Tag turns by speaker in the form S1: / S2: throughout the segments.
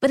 S1: But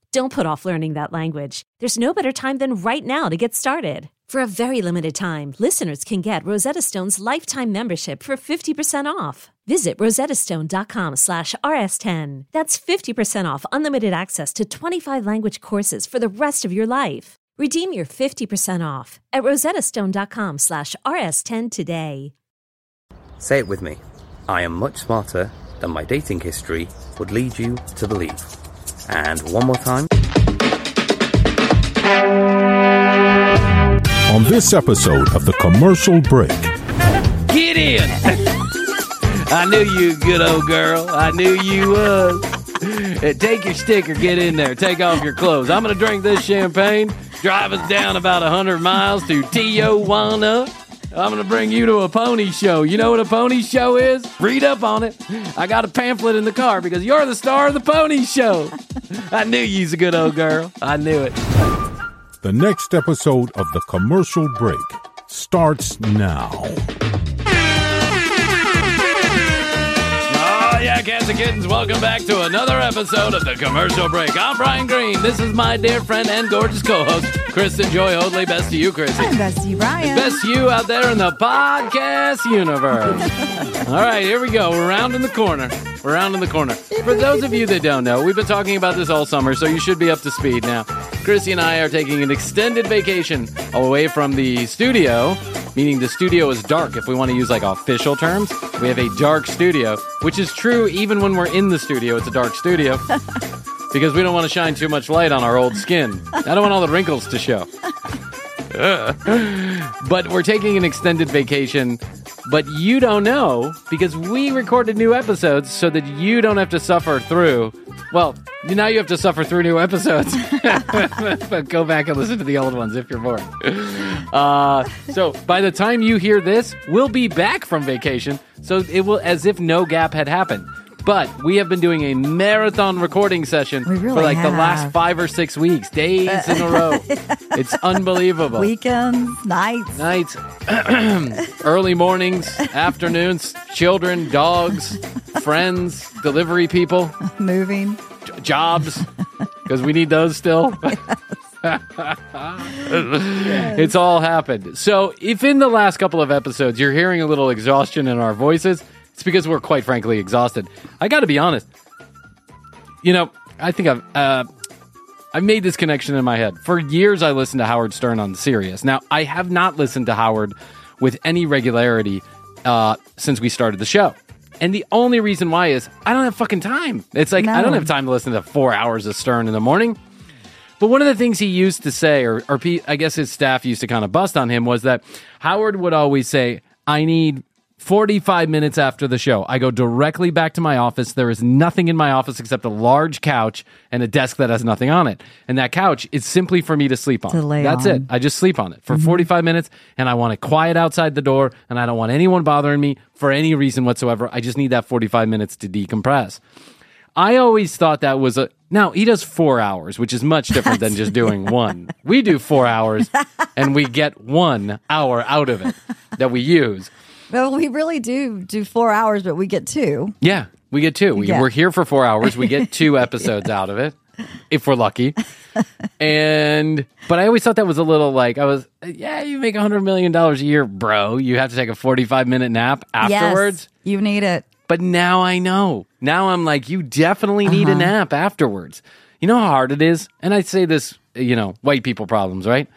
S1: Don't put off learning that language. There's no better time than right now to get started. For a very limited time, listeners can get Rosetta Stone's lifetime membership for 50% off. Visit rosettastone.com slash rs10. That's 50% off unlimited access to 25 language courses for the rest of your life. Redeem your 50% off at rosettastone.com slash rs10 today.
S2: Say it with me. I am much smarter than my dating history would lead you to believe. And one more time.
S3: On this episode of The Commercial Break,
S4: Get in. I knew you, good old girl. I knew you was. Uh, Take your sticker, get in there, take off your clothes. I'm going to drink this champagne, drive us down about 100 miles to Tijuana. I'm going to bring you to a pony show. You know what a pony show is? Read up on it. I got a pamphlet in the car because you're the star of the pony show. I knew you's a good old girl. I knew it.
S3: the next episode of The Commercial Break starts now.
S4: Oh, yeah, cats and kittens, welcome back to another episode of The Commercial Break. I'm Brian Green. This is my dear friend and gorgeous co host, Kristen Joy Hoadley. Best to you, Kristen.
S5: And that's you, Brian.
S4: Best you out there in the podcast universe. All right, here we go. We're rounding the corner. We're rounding the corner. For those of you that don't know, we've been talking about this all summer, so you should be up to speed now. Chrissy and I are taking an extended vacation away from the studio, meaning the studio is dark if we want to use like official terms. We have a dark studio, which is true even when we're in the studio, it's a dark studio. Because we don't want to shine too much light on our old skin. I don't want all the wrinkles to show but we're taking an extended vacation. But you don't know because we recorded new episodes so that you don't have to suffer through. Well, now you have to suffer through new episodes. but go back and listen to the old ones if you're bored. Uh, so by the time you hear this, we'll be back from vacation. So it will as if no gap had happened. But we have been doing a marathon recording session
S5: We really
S4: for like the last
S5: have.
S4: five or six weeks, days in a row. It's unbelievable
S5: Weekends, nights.
S4: nights, early mornings, afternoons, children, dogs, friends, delivery people,
S5: moving.
S4: j- jobs, because we need those still. It's all happened. So, if in the last couple of episodes you're hearing a little exhaustion in our voices, it's because we're quite frankly exhausted. I got to be honest. You know, I think I've uh, I've made this connection in my head. For years, I listened to Howard Stern on Sirius. Now, I have not listened to Howard with any regularity uh, since we started the show. And the only reason why is I don't have fucking time. It's like I
S5: No.
S4: don't have time to listen to four hours of Stern in the morning. But one of the things he used to say, or, or Pete, I guess his staff used to kind of bust on him, was that Howard would always say, I need 45 minutes after the show. I go directly back to my office. There is nothing in my office except a large couch and a desk that has nothing on it. And that couch is simply for me to sleep on.
S5: To lay
S4: That's
S5: on.
S4: it. I just sleep on it for 45 minutes and I want it quiet outside the door and I don't want anyone bothering me for any reason whatsoever. I just need that 45 minutes to decompress. I always thought that was a. Now, he does four hours, which is much different than just doing one. We do four hours and we get one hour out of it that we use.
S5: Well, we really do do four hours, but we get two.
S4: Yeah, we get two. We,
S5: Yeah.
S4: We're here for four hours. We get two episodes out of it, if we're lucky. And but I always thought that was a little like I was. Yeah, you make a hundred million dollars a year, bro. You have to take a forty-five minute nap afterwards.
S5: Yes, you need it.
S4: But now I know. Now I'm like, you definitely need
S5: Uh-huh.
S4: a nap afterwards. You know how hard it is? And I say this, you know, white people problems, right?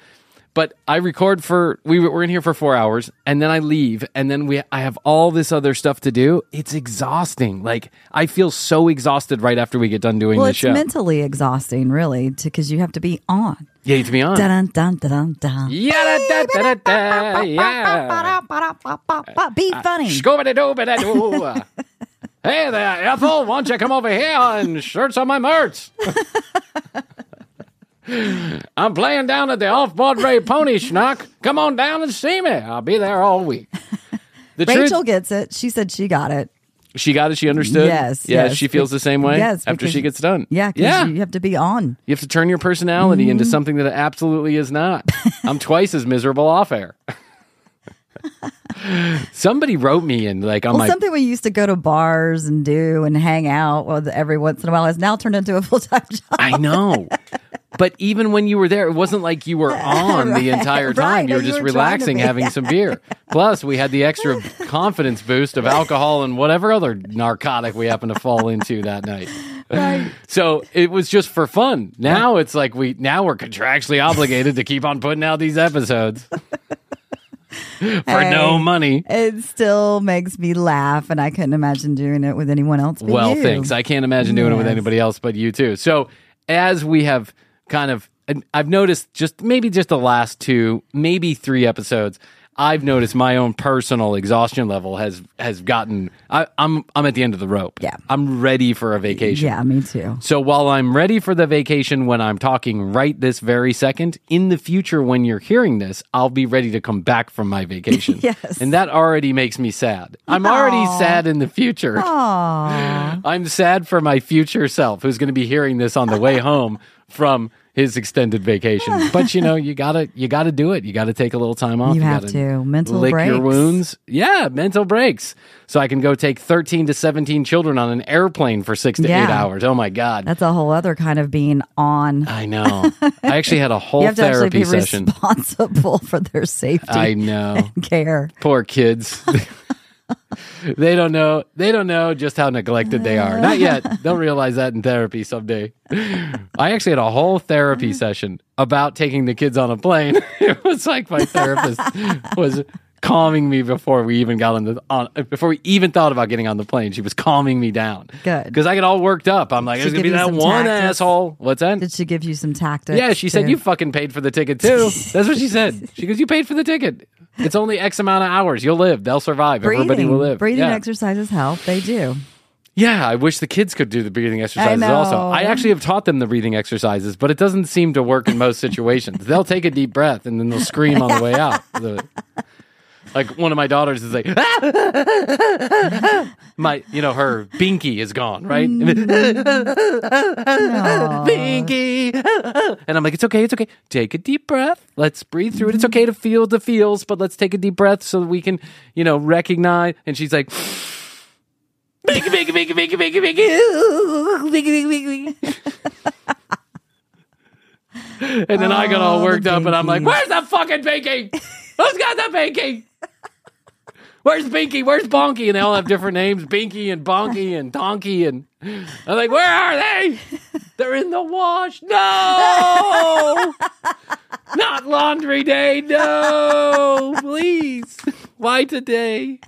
S4: But I record for we were we're in here for four hours, and then I leave, and then we I have all this other stuff to do. It's exhausting. Like I feel so exhausted right after we get done doing
S5: Well,
S4: the
S5: it's
S4: show.
S5: mentally exhausting, really, because you have to be on.
S4: yeah, to be on.
S5: Dun dun dun dun dun.
S4: Yeah, da, da, da, da, yeah.
S5: Ba-da-ba-da-ba-ba-ba. Be funny.
S4: Scoobity-dooby-da-doo. Uh, Hey there, Ethel, why don't you come over here and shirts on my merch? I'm playing down at the off Broadway Pony Schnock. Come on down and see me. I'll be there all week. The
S5: Rachel
S4: truth,
S5: gets it. She said she got it.
S4: she got it. She understood.
S5: Yes,
S4: Yeah,
S5: yes.
S4: she feels the same way
S5: Yes,
S4: after
S5: because-
S4: she gets done.
S5: Yeah, 'cause
S4: yeah.
S5: you Mm-hmm. have to be on.
S4: You have to turn your personality into something that it absolutely is not. I'm twice as miserable off air. Somebody wrote me and like on
S5: Well,
S4: my
S5: something we used to go to bars and do and hang out with every once in a while has now turned into a full time job.
S4: I know. But even when you were there, it wasn't like you were on the entire
S5: right,
S4: time. you were
S5: and you
S4: just
S5: were trying to
S4: relaxing,
S5: be.
S4: having some beer. Plus, we had the extra confidence boost of alcohol and whatever other narcotic we happened to fall into that night.
S5: Right.
S4: So it was just for fun. Now it's like we now we're contractually obligated to keep on putting out these episodes for no
S5: Hey.
S4: money.
S5: It still makes me laugh, and I couldn't imagine doing it with anyone else. But
S4: well
S5: you.
S4: thanks i can't imagine doing it with
S5: Yes.
S4: anybody else but you too so as we have kind of and i've noticed just maybe just the last two maybe three episodes i've noticed my own personal exhaustion level has has gotten I, i'm i'm at the end of the rope
S5: Yeah.
S4: i'm ready for a vacation
S5: Yeah, me too.
S4: so while I'm ready for the vacation when I'm talking right this very second, in the future when you're hearing this, I'll be ready to come back from my vacation.
S5: Yes.
S4: And that already makes me sad. I'm already sad in the future. I'm sad for my future self who's going to be hearing this on the way home from his extended vacation. But you know, you got to you got to do it. You got to take a little time off.
S5: You have
S4: gotta
S5: to. Mental
S4: lick your
S5: breaks.
S4: wounds. Yeah, mental breaks. So I can go take 13 to 17 children on an airplane for 6 to
S5: Yeah.
S4: 8 hours. Oh my god.
S5: That's a whole other kind of being on.
S4: I know. I actually had a whole
S5: you have to actually
S4: therapy
S5: be
S4: session.
S5: responsible for their safety
S4: I know.
S5: and care.
S4: Poor kids. they don't know. They don't know just how neglected they are. Not yet. They'll realize that in therapy someday. I actually had a whole therapy
S5: Mm-hmm.
S4: session about taking the kids on a plane. it was like my therapist was calming me before we even got on the on before we even thought about getting on the plane. She was calming me down.
S5: Good.
S4: Because I get all worked up. I'm like,
S5: She
S4: there's gonna
S5: give
S4: be
S5: you
S4: that
S5: some
S4: one
S5: tactics?
S4: asshole. What's that?
S5: Did she give you some tactics?
S4: Yeah, she said
S5: too?
S4: you fucking paid for the ticket too. That's what she said. She goes, "You paid for the ticket. It's only X amount of hours. You'll live. They'll survive. Everybody will live."
S5: Breathing
S4: yeah.
S5: exercises help. They do.
S4: yeah, I wish the kids could do the breathing exercises.
S5: know.
S4: Also, I actually have taught them the breathing exercises, but it doesn't seem to work in most situations. they'll take a deep breath and then they'll scream on the way out. The- like one of my daughters is like, my you know her binky is gone, right?
S5: Aw.
S4: Pinky. And I'm like, it's okay, it's okay. Take a deep breath. Let's breathe through it. It's okay to feel the feels, but let's take a deep breath so that we can, you know, recognize. And she's like, Binky, binky, binky, binky, binky, binky. Ooh, binky, binky, binky, binky. And then I got all
S5: Oh, the
S4: worked up and I'm like,
S5: binkies.
S4: where's the fucking Pinky? Who's got the Pinky? Where's Binky? Where's Bonky? And they all have different names Binky and Bonky and Donkey. And I'm like, where are they? They're in the wash. No! Not laundry day. No! Please. Why today?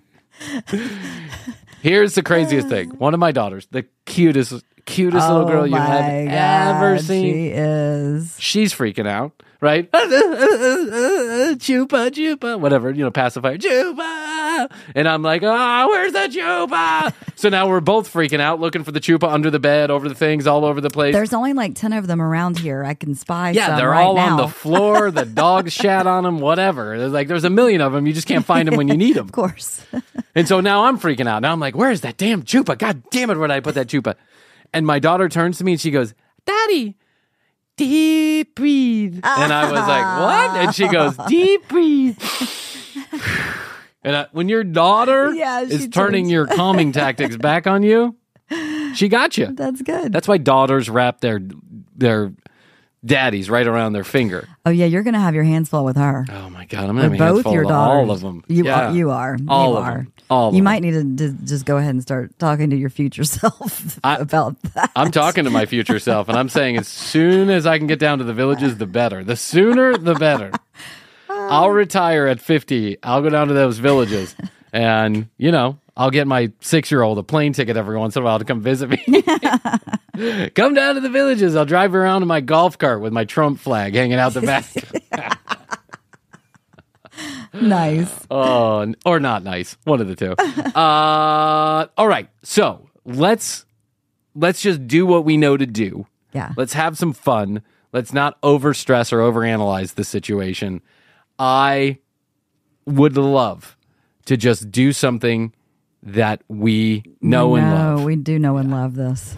S4: Here's the craziest thing. One of my daughters, the cutest, cutest little girl you have
S5: Oh my
S4: ever
S5: God,
S4: seen.
S5: She is.
S4: She's freaking out, right? chupa, chupa, whatever, you know, pacifier, chupa. And I'm like, ah, where's the chupa? so now we're both freaking out, looking for the chupa under the bed, over the things, all over the place.
S5: There's only like 10 of them around here. I can spy
S4: yeah,
S5: some
S4: they're
S5: right
S4: all on
S5: now.
S4: the floor. The dog shat on them, whatever. There's like, there's a million of them. You just can't find them when you need them.
S5: Of course.
S4: And so now I'm freaking out. Now I'm like, where's that damn chupa? God damn it, where did I put that chupa? And my daughter turns to me and she goes, Daddy, deep breathe. And I was like, what? And she goes, deep breathe. and I, when your daughter
S5: Yeah, she
S4: is turning
S5: turns.
S4: your calming tactics back on you, she got you.
S5: That's good.
S4: That's why daughters wrap their their daddies right around their finger.
S5: oh, yeah, you're going to have your hands full with her.
S4: Oh my god, I'm
S5: With
S4: having
S5: both
S4: handful
S5: your
S4: of
S5: daughters.
S4: all of them.
S5: You,
S4: Yeah.
S5: are, you are.
S4: All
S5: you
S4: of
S5: are.
S4: them. All of
S5: you
S4: them.
S5: might need to d- just go ahead and start talking to your future self
S4: I-
S5: about that.
S4: I'm talking to my future self, and I'm saying as soon as I can get down to the villages, the better. The sooner, the better. I'll retire at 50. I'll go down to those villages, and you know, I'll get my six year old a plane ticket every once in a while to come visit me. come down to the villages. I'll drive around in my golf cart with my Trump flag hanging out the back.
S5: nice.
S4: Oh, n- or not nice. One of the two. Uh, all right. So let's let's just do what we know to do.
S5: Yeah.
S4: Let's have some fun. Let's not overstress or overanalyze the situation. I would love to just do something that we know and love.
S5: we do know and love this.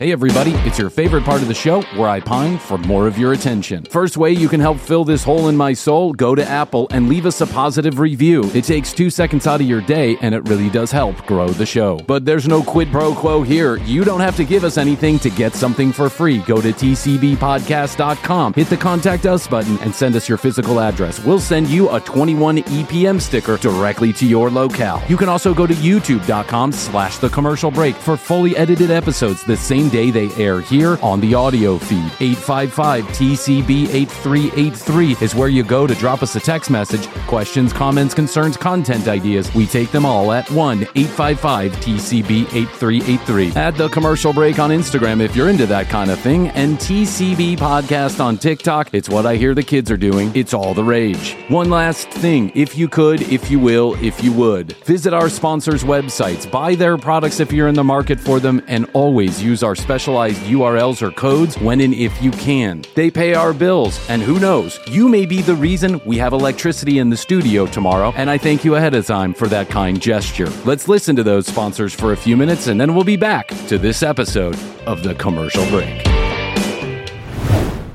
S4: Hey, everybody, it's your favorite part of the show where I pine for more of your attention. First way you can help fill this hole in my soul go to Apple and leave us a positive review. It takes two seconds out of your day, and it really does help grow the show. But there's no quid pro quo here. You don't have to give us anything to get something for free. Go to tcbpodcast.com, hit the contact us button, and send us your physical address. We'll send you a 21 EPM sticker directly to your locale. You can also go to youtube.com slash the commercial break for fully edited episodes the same day they air here on the audio feed. 855 TCB 8383 is where you go to drop us a text message. Questions, comments, concerns, content ideas. We take them all at 1 855 TCB 8383. At the commercial break on Instagram if you're into that kind of thing, and TCB podcast on TikTok. It's what I hear the kids are doing. It's all the rage. One last thing if you could, if you will, if you would, visit our sponsors' websites, buy their products if you're in the market for them, and always use our specialized URLs or codes when and if you can. They pay our bills, and who knows, you may be the reason we have electricity in the studio tomorrow, and I thank you ahead of time for that kind gesture. Let's listen to those sponsors for a few minutes, and then we'll be back to this episode of The Commercial Break.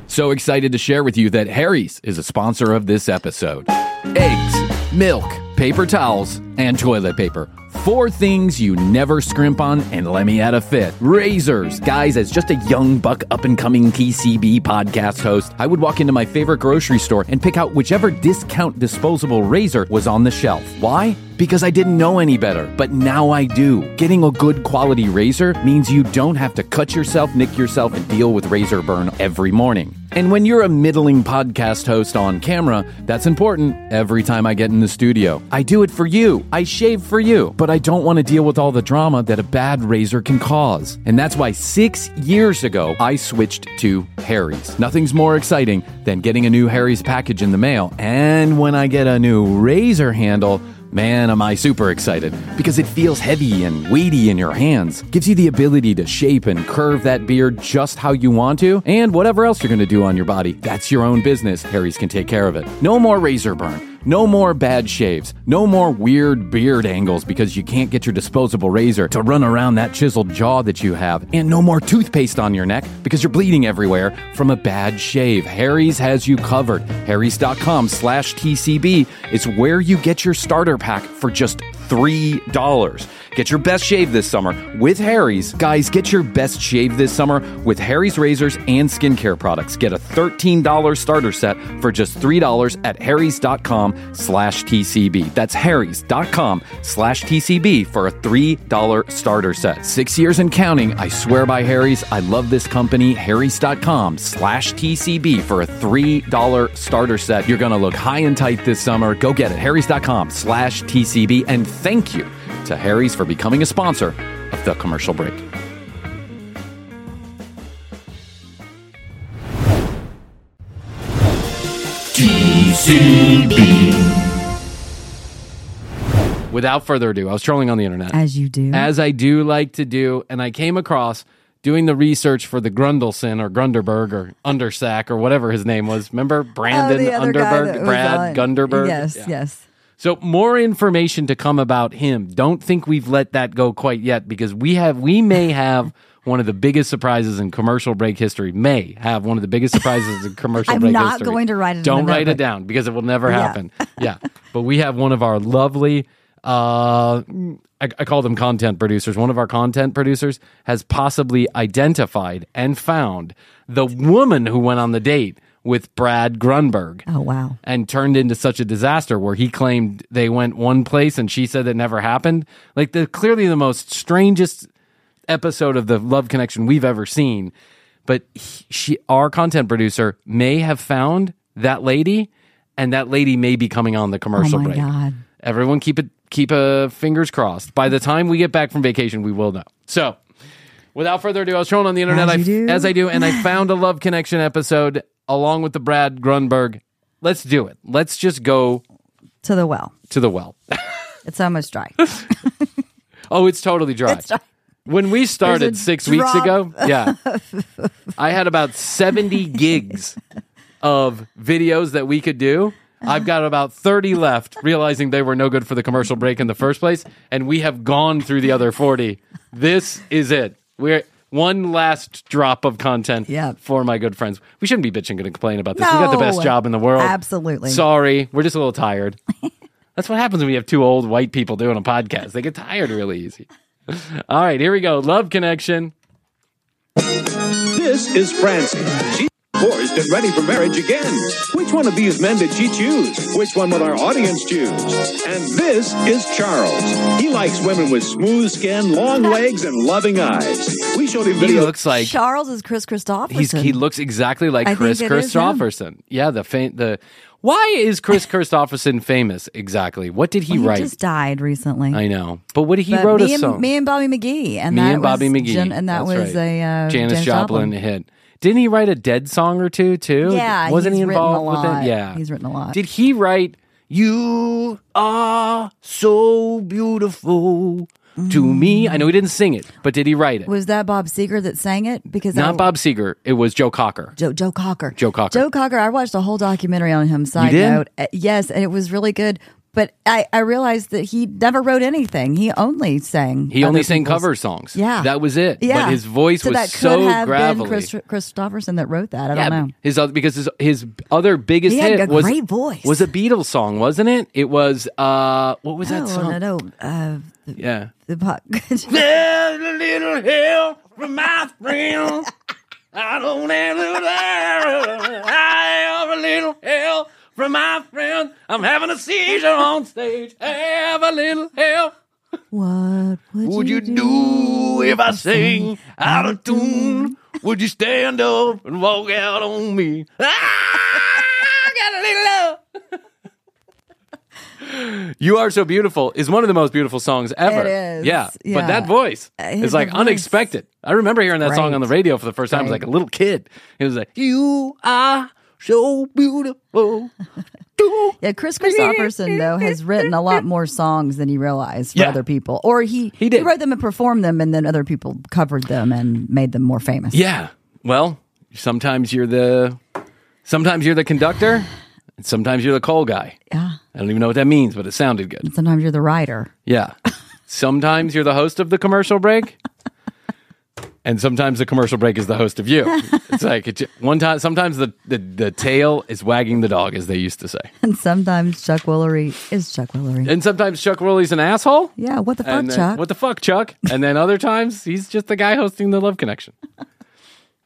S4: So excited to share with you that Harry's is a sponsor of this episode. Eggs, milk, paper towels, and toilet paper. Four things you never scrimp on, and let me add a fifth. Razors. Guys, as just a young buck up and coming TCB podcast host, I would walk into my favorite grocery store and pick out whichever discount disposable razor was on the shelf. Why? Because I didn't know any better, but now I do. Getting a good quality razor means you don't have to cut yourself, nick yourself, and deal with razor burn every morning. And when you're a middling podcast host on camera, that's important every time I get in the studio. I do it for you, I shave for you, but I don't want to deal with all the drama that a bad razor can cause. And that's why six years ago, I switched to Harry's. Nothing's more exciting than getting a new Harry's package in the mail. And when I get a new razor handle, Man, am I super excited because it feels heavy and weighty in your hands. Gives you the ability to shape and curve that beard just how you want to, and whatever else you're going to do on your body, that's your own business. Harry's can take care of it. No more razor burn. No more bad shaves. No more weird beard angles because you can't get your disposable razor to run around that chiseled jaw that you have. And no more toothpaste on your neck because you're bleeding everywhere from a bad shave. Harry's has you covered. Harry's.com slash TCB is where you get your starter pack for just $3. Get your best shave this summer with Harry's. Guys, get your best shave this summer with Harry's razors and skincare products. Get a $13 starter set for just $3 at harrys.com slash TCB. That's harrys.com slash TCB for a $3 starter set. Six years and counting. I swear by Harry's. I love this company. harrys.com slash TCB for a $3 starter set. You're going to look high and tight this summer. Go get it. harrys.com slash TCB. And thank you to Harry's for becoming a sponsor of The Commercial Break. Without further ado, I was trolling on the internet.
S5: As you do.
S4: as I do like to do, and I came across doing the research for the Grundelson or Grunderberg or Undersack or whatever his name was. Remember
S5: Oh,
S4: Brandon
S5: the other guy that
S4: Underberg,
S5: was
S4: Brad
S5: on-
S4: Gunderberg?
S5: Yes,
S4: Yeah.
S5: yes.
S4: So more information to come about him. Don't think we've let that go quite yet because we have we may have one of the biggest surprises in commercial break history. May have one of the biggest surprises in commercial
S5: I'm
S4: break
S5: not
S4: history.
S5: going to write it in
S4: Don't
S5: the
S4: write it
S5: notebook.
S4: down because it will never happen. yeah. But we have one of our lovely uh I, I call them content producers. One of our content producers has possibly identified and found the woman who went on the date with Brad Grunberg
S5: Oh, wow.
S4: and turned into such a disaster where he claimed they went one place and she said it never happened. Like the clearly the most strangest episode of the love connection we've ever seen. But he, she, our content producer, may have found that lady, and that lady may be coming on the commercial
S5: Oh, my
S4: break.
S5: God.
S4: Everyone, keep it keep uh, fingers crossed. By the time we get back from vacation, we will know. So, without further ado, I was trolling on the internet
S5: As
S4: I,
S5: you do.
S4: as I do, and I found a Love Connection episode along with the Brad Grunberg. Let's do it. Let's just go
S5: to the well.
S4: to the well.
S5: It's almost dry.
S4: Oh, it's totally dry.
S5: It's dry.
S4: When we started
S5: a
S4: six weeks
S5: drop.
S4: ago, yeah, I had about 70 gigs of videos that we could do. I've got about 30 left, realizing they were no good for the commercial break in the first place. And we have gone through the other 40. This is it. We're one last drop of content
S5: Yeah.
S4: for my good friends. We shouldn't be bitching and complaining about this. we got the best
S5: No.
S4: job in the world.
S5: Absolutely.
S4: Sorry. We're just a little tired. That's what happens when you have two old white people doing a podcast. They get tired really easy. All right, here we go. Love connection.
S6: This is Francie. She's divorced and ready for marriage again. Which one of these men did she choose? Which one will our audience choose? And this is Charles. He likes women with smooth skin, long legs, and loving eyes. We showed him
S4: He
S6: video.
S4: looks like
S5: Charles is Chris Christopherson.
S4: he's he looks exactly like
S5: I think
S4: Chris
S5: it is him.
S4: Christopherson. Yeah, the fa- the why is Chris Christopherson famous exactly? What did he
S5: Well,
S4: write?
S5: just died recently.
S4: I know, but what did he
S5: But
S4: wrote
S5: me
S4: a song?
S5: And, me and Bobby McGee, and
S4: Me
S5: that
S4: and Bobby
S5: was
S4: McGee,
S5: Jan- and that
S4: That's
S5: was
S4: right.
S5: a uh,
S4: Janis Joplin, hit. Didn't he write a Dead song or two too?
S5: Yeah,
S4: wasn't
S5: he's
S4: he
S5: written a
S4: involved with
S5: lot.
S4: it? Yeah,
S5: He's written a lot.
S4: Did he write "You Are Ah, So Beautiful"? To
S5: Mm.
S4: me, I know he didn't sing it, but did he write it?
S5: Was that Bob Seger that sang it? Because
S4: Not
S5: I,
S4: Bob Seger. It was Joe Cocker.
S5: Joe, Joe Cocker.
S4: Joe Cocker.
S5: Joe Cocker. I watched a whole documentary on him. Side
S4: did?
S5: note, Uh, yes, and it was really good. But I, I realized that he never wrote anything. He only sang.
S4: He only
S5: other
S4: sang
S5: people's-
S4: cover songs.
S5: Yeah,
S4: that was it.
S5: Yeah,
S4: but his voice
S5: so
S4: was
S5: that
S4: so
S5: could have
S4: gravelly.
S5: Been Chris, Christopherson that wrote that. I
S4: yeah,
S5: don't know.
S4: his other, because his his other biggest
S5: He had
S4: hit
S5: a
S4: was
S5: great voice.
S4: was a Beatles song, wasn't it? It was uh, what was that
S5: oh,
S4: song?
S5: no, no. Uh,
S4: Yeah,
S5: the puck.
S4: There's a little help from my friend. I don't have a little I have a little help from my friend. I'm having a seizure on stage. Have a little help.
S5: what would,
S4: Would you do if I sing out of tune? Would you stand up and walk out on me? Ah! I got a little love. You are so beautiful is one of the most beautiful songs ever.
S5: It is,
S4: Yeah, but
S5: yeah.
S4: that voice
S5: His
S4: is like
S5: voice.
S4: unexpected. I remember hearing that song on the
S5: Great.
S4: radio for the first time as
S5: Great.
S4: like a little kid. It was like you are so beautiful. Do-
S5: Yeah, Chris Christopherson though has written a lot more songs than he realized for
S4: Yeah.
S5: other people, or he
S4: He did.
S5: wrote them and performed them, and then other people covered them and made them more famous.
S4: Yeah. Well, sometimes you're the sometimes you're the conductor, and sometimes you're the coal guy.
S5: Yeah.
S4: I don't even know what that means, but it sounded good.
S5: Sometimes you're the writer.
S4: Yeah. sometimes you're the host of the commercial break. And sometimes the commercial break is the host of you. It's like it, ju- one time. Sometimes the, the the tail is wagging the dog, as they used to say.
S5: And sometimes Chuck Woolery is Chuck Woolery.
S4: And sometimes Chuck Woolley's an asshole.
S5: yeah, what the fuck,
S4: and then,
S5: Chuck?
S4: What the fuck, Chuck? And then other times he's just the guy hosting the Love Connection.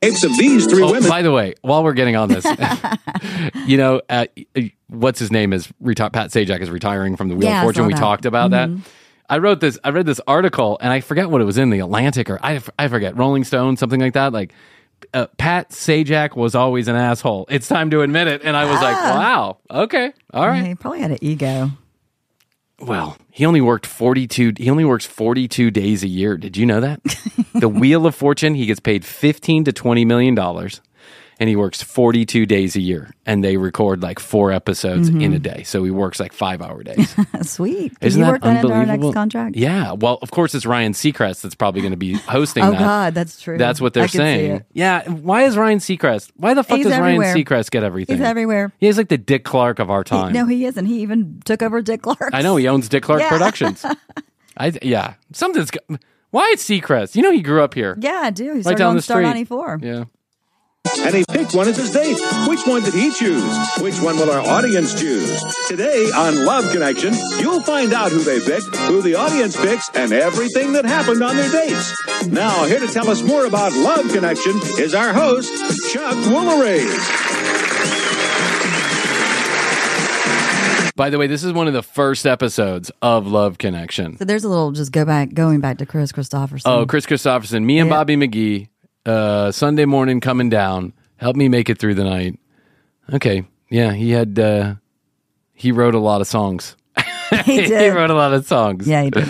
S6: Tapes of these three
S4: Oh,
S6: women.
S4: By the way, while we're getting on this, you know, uh, what's his name is reti- Pat Sajak is retiring from the Wheel
S5: Yeah, I
S4: of Fortune.
S5: saw
S4: We
S5: that. Mm-hmm.
S4: talked about that. I wrote this. I read this article, and I forget what it was in the Atlantic or I, I forget Rolling Stone, something like that. Like uh, Pat Sajak was always an asshole. It's time to admit it. And I was like,
S5: Ah.
S4: wow, okay, all
S5: Yeah,
S4: right.
S5: he probably had an ego.
S4: Well, he only worked 42 he only works 42 days a year. Did you know that? the Wheel of Fortune, he gets paid 15 to 20 million dollars and he works 42 days a year and they record like four episodes
S5: Mm-hmm.
S4: in a day. So he works like 5-hour days.
S5: Sweet. Can
S4: Isn't
S5: you
S4: that
S5: work that into our
S4: unbelievable?
S5: next contract?
S4: yeah. Well, of course it's Ryan Seacrest that's probably going to be hosting
S5: Oh
S4: that.
S5: God, that's true.
S4: That's what they're
S5: I can see
S4: saying.
S5: it.
S4: Yeah, why is Ryan Seacrest? Why the fuck
S5: He's
S4: does
S5: everywhere.
S4: Ryan Seacrest get everything?
S5: He's everywhere.
S4: He's like the Dick Clark of our time.
S5: No, he isn't. He even took over Dick Clark.
S4: I know he owns Dick Clark
S5: Yeah.
S4: Productions. I yeah, something's. go- Why it's Seacrest? You know he grew up here,
S5: Yeah, I do. He
S4: right
S5: started
S4: down
S5: on
S4: the
S5: Star
S4: street.
S5: 94.
S4: Yeah,
S6: And he picked one as his date. Which one did he choose? Which one will our audience choose? Today on Love Connection, you'll find out who they picked, who the audience picks, and everything that happened on their dates. Now, here to tell us more about Love Connection is our host, Chuck Woolery.
S4: By the way, this is one of the first episodes of Love Connection.
S5: So there's a little just go back, going back to Chris Christopherson.
S4: Oh, Chris Christopherson, me and
S5: Yeah.
S4: Bobby McGee, uh, Sunday morning coming down. Help me make it through the night. Okay, yeah, he had uh, he wrote a lot of songs.
S5: he
S4: he
S5: did.
S4: wrote a lot of songs.
S5: yeah, he did.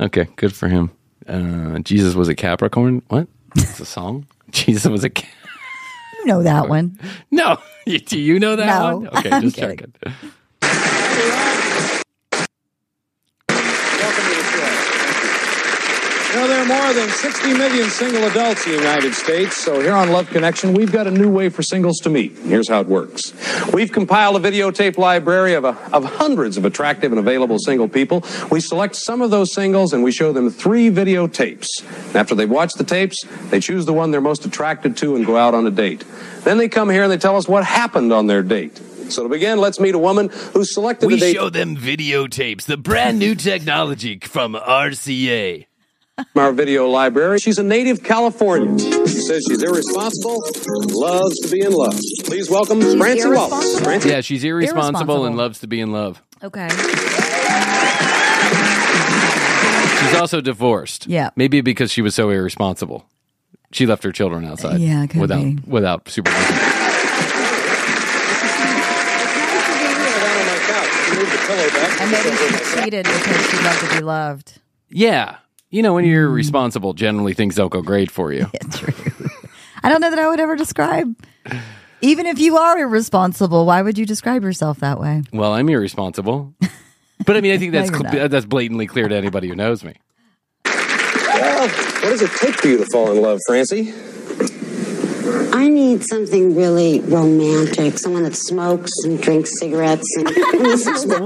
S4: Okay, good for him. Uh, Jesus was a Capricorn. What? It's a song. Jesus was a. Ca-
S5: You know that one.
S4: No. Do you know that
S5: No,
S4: one? Okay,
S5: I'm
S4: just
S5: kidding.
S4: checking.
S7: more than 60 million single adults in the United States, so here on Love Connection, we've got a new way for singles to meet. And here's how it works We've compiled a videotape library of, a, of hundreds of attractive and available single people. We select some of those singles and we show them three videotapes. And after they've watched the tapes, they choose the one they're most attracted to and go out on a date. Then they come here and they tell us what happened on their date. So to begin, let's meet a woman who selected
S8: We
S7: a date.
S8: show them videotapes, the brand new technology from RCA.
S7: from our video library. She's a native Californian. She says she's irresponsible, loves to be in love. Please welcome Francie Wallace.
S5: irresponsible?
S7: Francie,
S4: Yeah, she's irresponsible,
S5: Irresponsible.
S4: and loves to be in love.
S5: Okay.
S4: She's also divorced.
S5: Yeah.
S4: Maybe because she was so irresponsible. She left her children outside.
S5: Yeah, could
S4: without
S5: be.
S4: without supervision.
S5: And maybe she cheated because she loved to be loved.
S4: Yeah. You know, when you're irresponsible, generally things don't go great for you.
S5: Hmm. Yeah, true. I don't know that I would ever describe. Even if you are irresponsible, why would you describe yourself that way?
S4: Well, I'm irresponsible. But I mean, I think that's
S5: No, you're
S4: cl- that's blatantly clear to anybody who knows me.
S7: Well, what does it take for you to fall in love, Francie?
S9: I need something really romantic, someone that smokes and drinks cigarettes and listens to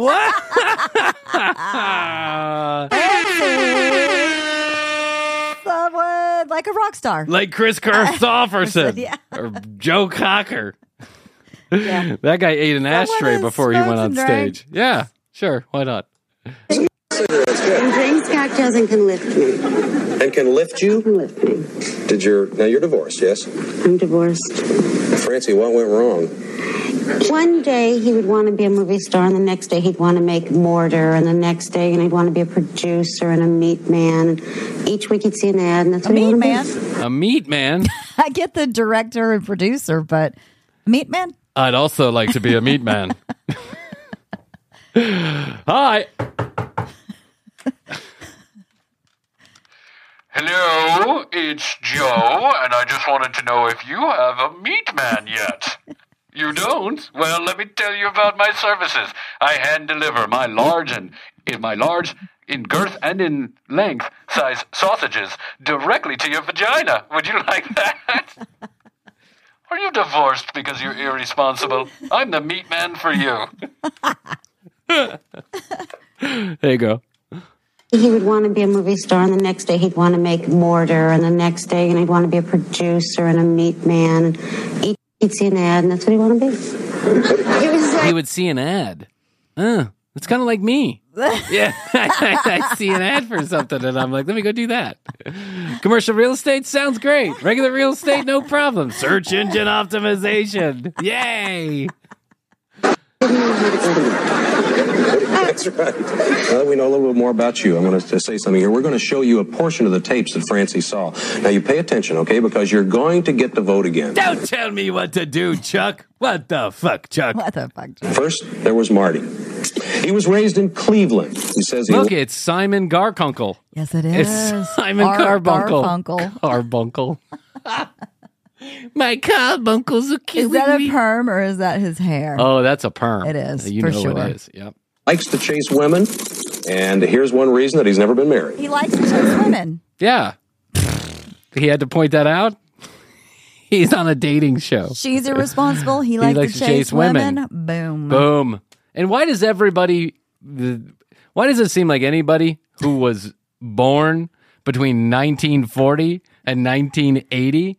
S5: Someone like a rock star.
S4: Like Chris Christopherson
S5: yeah.
S4: or Joe Cocker. That guy ate an ashtray
S5: that
S4: before he went
S5: smokes
S4: on
S5: and drank.
S4: stage. Yeah, sure. Why not?
S9: and drinks cocktails and can lift me.
S7: And can lift you?
S9: Can lift me.
S7: Did your now you're divorced, yes?
S9: I'm divorced.
S7: Francie, what went wrong?
S9: One day he would want to be a movie star, and the next day he'd want to make mortar, and the next day and he'd want to be a producer and a meat man. And each week he'd see an ad, and that's
S5: A
S9: what he
S5: meat
S9: wanted
S5: man.
S9: to be.
S4: A meat man.
S5: I get the director and producer, but meat man.
S4: I'd also like to be a meat man. Hi.
S10: Hello, it's Joe, and I just wanted to know if you have a meat man yet. You don't? Well, let me tell you about my services. I hand deliver my large and in my large in girth and in length size sausages directly to your vagina. Would you like that? Are you divorced because you're irresponsible? I'm the meat man for you.
S4: There you go.
S9: He would want to be a movie star, and the next day he'd want to make mortar, and the next day and he'd want to be a producer and a meat man. And each he'd see an ad, and that's what he wanted to be. It was
S4: He
S9: like
S4: would see an ad. Uh, it's kind of like me. yeah, I, see an ad for something, and I'm like, let me go do that. Commercial real estate sounds great. Regular real estate, no problem. Search engine optimization. Yay!
S7: That's right. Now that we know a little bit more about you, I'm going to say something here. We're going to show you a portion of the tapes that Francie saw. Now you pay attention, okay? Because you're going to get to vote again.
S8: Don't tell me what to do, Chuck. What the fuck, Chuck?
S5: What the fuck?
S7: First, there was Marty. He was raised in Cleveland. He says he
S4: Look, it's Simon Garfunkel.
S5: Yes, it
S4: It's
S5: is.
S4: Simon
S5: Ar-
S4: Carbuncle.
S5: Garfunkel.
S4: Carbuncle. My carbuncles are
S5: Is
S4: killing
S5: that a
S4: me.
S5: perm or is that his hair?
S4: oh, that's a perm.
S5: It is,
S4: You
S5: for
S4: know
S5: sure.
S4: it is. Yep.
S7: likes to chase women, and here's one reason that he's never been married.
S5: He likes to chase women.
S4: Yeah. he had to point that out. He's on a dating show.
S5: She's irresponsible. He likes,
S4: likes
S5: to chase, women. Boom.
S4: Boom. And why does everybody, the- why does it seem like anybody who was born between 1940 and 1980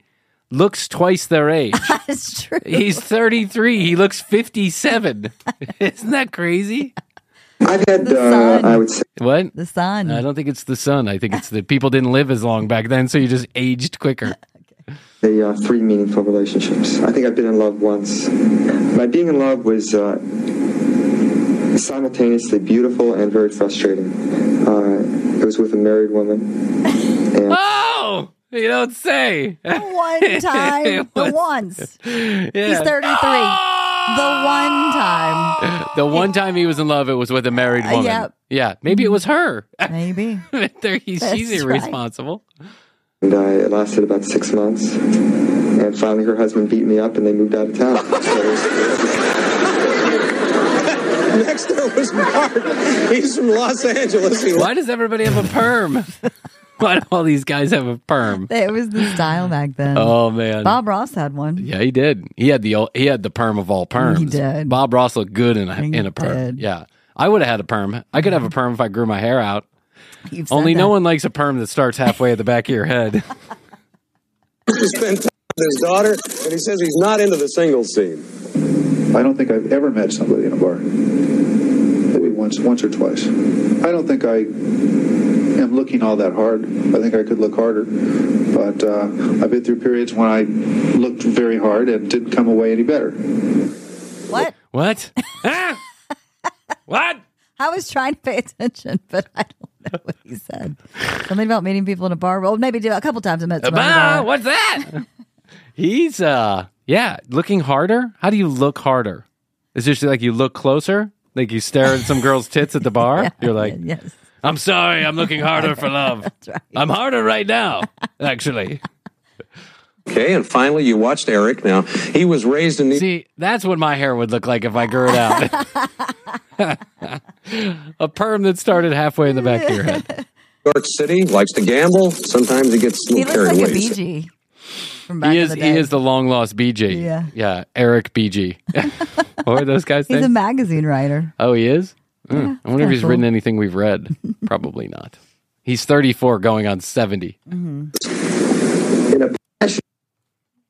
S4: looks twice their age?
S5: That's true.
S4: He's 33. He looks 57. Isn't that crazy?
S11: I've had,
S5: The
S11: uh,
S5: sun.
S11: I would say,
S4: What?
S5: The sun.
S4: I don't think it's the sun. I think it's that people didn't live as long back then, so you just aged quicker.
S11: uh, three meaningful relationships. I think I've been in love once. My being in love was uh, simultaneously beautiful and very frustrating. Uh, it was with a married woman. And
S4: Oh, you don't say.
S5: One time. the
S4: was-
S5: once. He's
S4: Yeah.
S5: 33. The one time.
S4: The one time he was in love, it was with a married woman.
S5: Uh, yep.
S4: Yeah, maybe it was her.
S5: Maybe.
S4: There he- she's
S5: That's right.
S4: irresponsible.
S11: I, uh, it lasted about six months. And finally, her husband beat me up and they moved out of town. So it was-
S7: Next there was Mark. He's from Los Angeles. He
S4: Why does everybody have a perm? Why do all these guys have a perm?
S5: It was the style back then.
S4: Oh man,
S5: Bob Ross had one.
S4: Yeah, he did. He had the old, he had the perm of all perms.
S5: He did.
S4: Bob Ross looked good in a in a perm. Yeah, I would have had a perm. I could have a perm if I grew my hair out.
S5: You've said
S4: Only no
S5: that.
S4: one likes a perm that starts halfway at the back of your head.
S7: to spend time with his daughter, and he says he's not into the single scene.
S12: I don't think I've ever met somebody in a bar. Maybe once, once or twice. I don't think I am looking all that hard. I think I could look harder, but uh, I've been through periods when I looked very hard and didn't come away any better.
S5: What?
S4: What? Ah! what?
S5: I was trying to pay attention, but I don't know what he said. Something about meeting people in a bar. Well, maybe a couple times I met somebody. in a
S4: Bah,
S5: bar.
S4: what's that? He's uh, yeah, looking harder. How do you look harder? Is it just like you look closer? Like you stare at some girl's tits at the bar? You're like,
S5: yes.
S4: I'm sorry, I'm looking harder for love. I'm harder right now, actually.
S7: Okay, and finally you watched Eric. Now he was raised in the
S4: See, that's what my hair would look like if I grew it out. a perm that started halfway in the back of your head.
S7: New York City, likes to gamble. Sometimes he gets a
S5: He
S7: little
S5: looks
S7: carried
S5: like a
S7: away.
S5: BG. From back
S4: He
S5: in
S4: is
S5: the
S4: he
S5: day.
S4: is the long lost BG.
S5: Yeah.
S4: Yeah. Eric BG. what were those guys'
S5: He's
S4: names?
S5: a magazine writer.
S4: Oh, he is? Hmm. I wonder if
S5: kinda
S4: he's written anything we've read. Probably not. He's 34 going on 70.
S13: In a passion,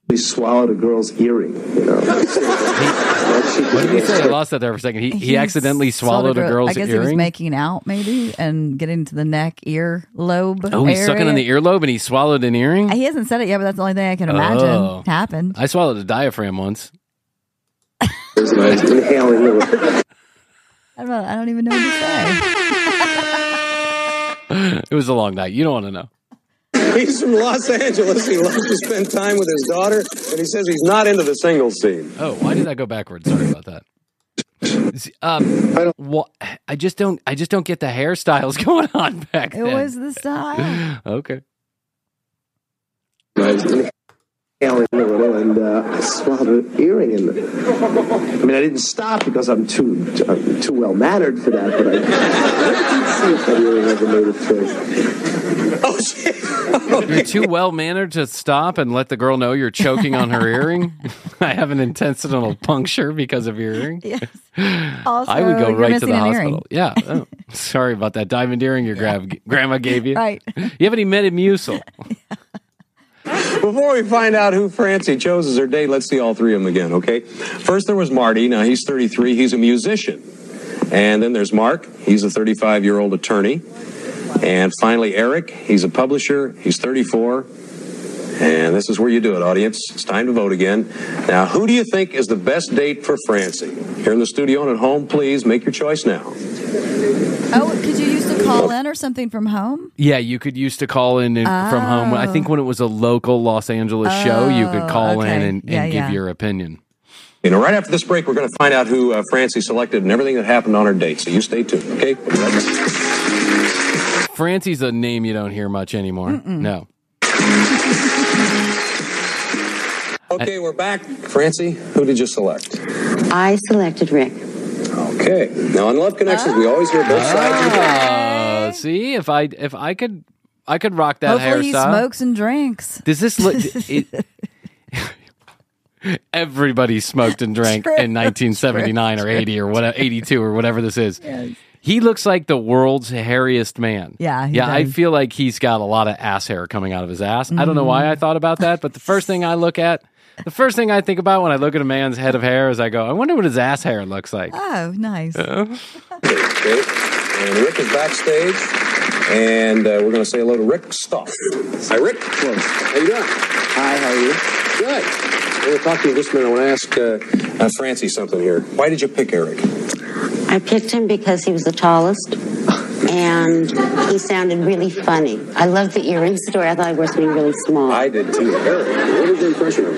S13: he swallowed a girl's earring. You know,
S4: What did he say? I lost that there for a second. He, he, accidentally swallowed, a
S5: girl-
S4: girl's
S5: I guess he was
S4: earring.
S5: making out maybe and getting to the neck, ear lobe.
S4: oh, he's sucking on
S5: area.
S4: the earlobe and he swallowed an earring?
S5: He hasn't said it yet, but that's the only thing I can imagine
S4: Oh.
S5: happened.
S4: I swallowed a diaphragm once.
S5: I don't, know, I don't even know what to say.
S4: it was a long night. You don't want to know.
S7: He's from Los Angeles. He loves to spend time with his daughter, and he says he's not into the single scene.
S4: Oh, why did I go backwards? Sorry about that. See, Um, I I just don't. I just don't get the hairstyles going on back
S5: It
S4: then.
S5: was the style.
S4: okay.
S13: inhaling a little, and uh, I swallowed an earring. In it. I mean, I didn't stop because I'm too I'm too well mattered for that. But I see if that earring ever made its way.
S7: Oh shit!
S4: You're too well mannered to stop and let the girl know you're choking on her earring. I have an intestinal puncture because of your earring.
S5: Yes.
S4: Also,
S5: Also,
S4: I would go
S5: you're
S4: right to
S5: missing
S4: the
S5: an
S4: hospital.
S5: earring.
S4: Yeah. Oh, sorry about that diamond earring your grab, grandma gave you.
S5: Right.
S4: You haven't even met a musil.
S7: Before we find out who Francie chose as her date, let's see all three of them again, okay? First, there was Marty. Now he's 33. He's a musician. And then there's Mark. He's a 35 year old attorney. And finally, Eric. He's a publisher. He's 34. And this is where you do it, audience. It's time to vote again. Now, who do you think is the best date for Francie? Here in the studio and at home, please make your choice now.
S5: Oh, could you use the call in or something from home?
S4: Yeah, you could used to call in and from home. I think when it was a local Los Angeles show, you could call in and, and
S5: Oh, Yeah,
S4: give
S5: yeah.
S4: your opinion.
S7: You know, right after this break, we're going to find out who uh, Francie selected and everything that happened on her date. So you stay tuned, okay? We'll be right back.
S4: Francie's a name you don't hear much anymore. No.
S7: Okay, we're back. Francie, who did you select?
S9: I selected Rick.
S7: Okay. Now, on Love Connections, we always hear both sides.
S4: Uh, see if I if I could I could rock that
S5: Hopefully he
S4: hairstyle.
S5: smokes and drinks.
S4: Does this look? it, everybody smoked and drank
S5: True,
S4: in 1979 or 80 or whatever, 82 or whatever this is. He looks like the world's hairiest man.
S5: Yeah, he
S4: yeah. I
S5: does.
S4: feel like he's got a lot of ass hair coming out of his ass. I don't know why
S5: Mm-hmm.
S4: I thought about that, but the first thing I look at, the first thing I think about when I look at a man's head of hair is I go, I wonder what his ass hair looks like.
S5: Oh, nice.
S7: Okay. And Rick is backstage, and uh, we're going to say hello to Rick Stuff. Hi, Rick. How you doing? Hi, how are you? Good. We're going to talk to you in just a minute. I want to ask uh, uh, Francie something here. Why did you pick Eric?
S9: I picked him because he was the tallest and he sounded really funny. I loved the earring story. I thought it was something really small.
S7: I did too. Eric, what was your impression of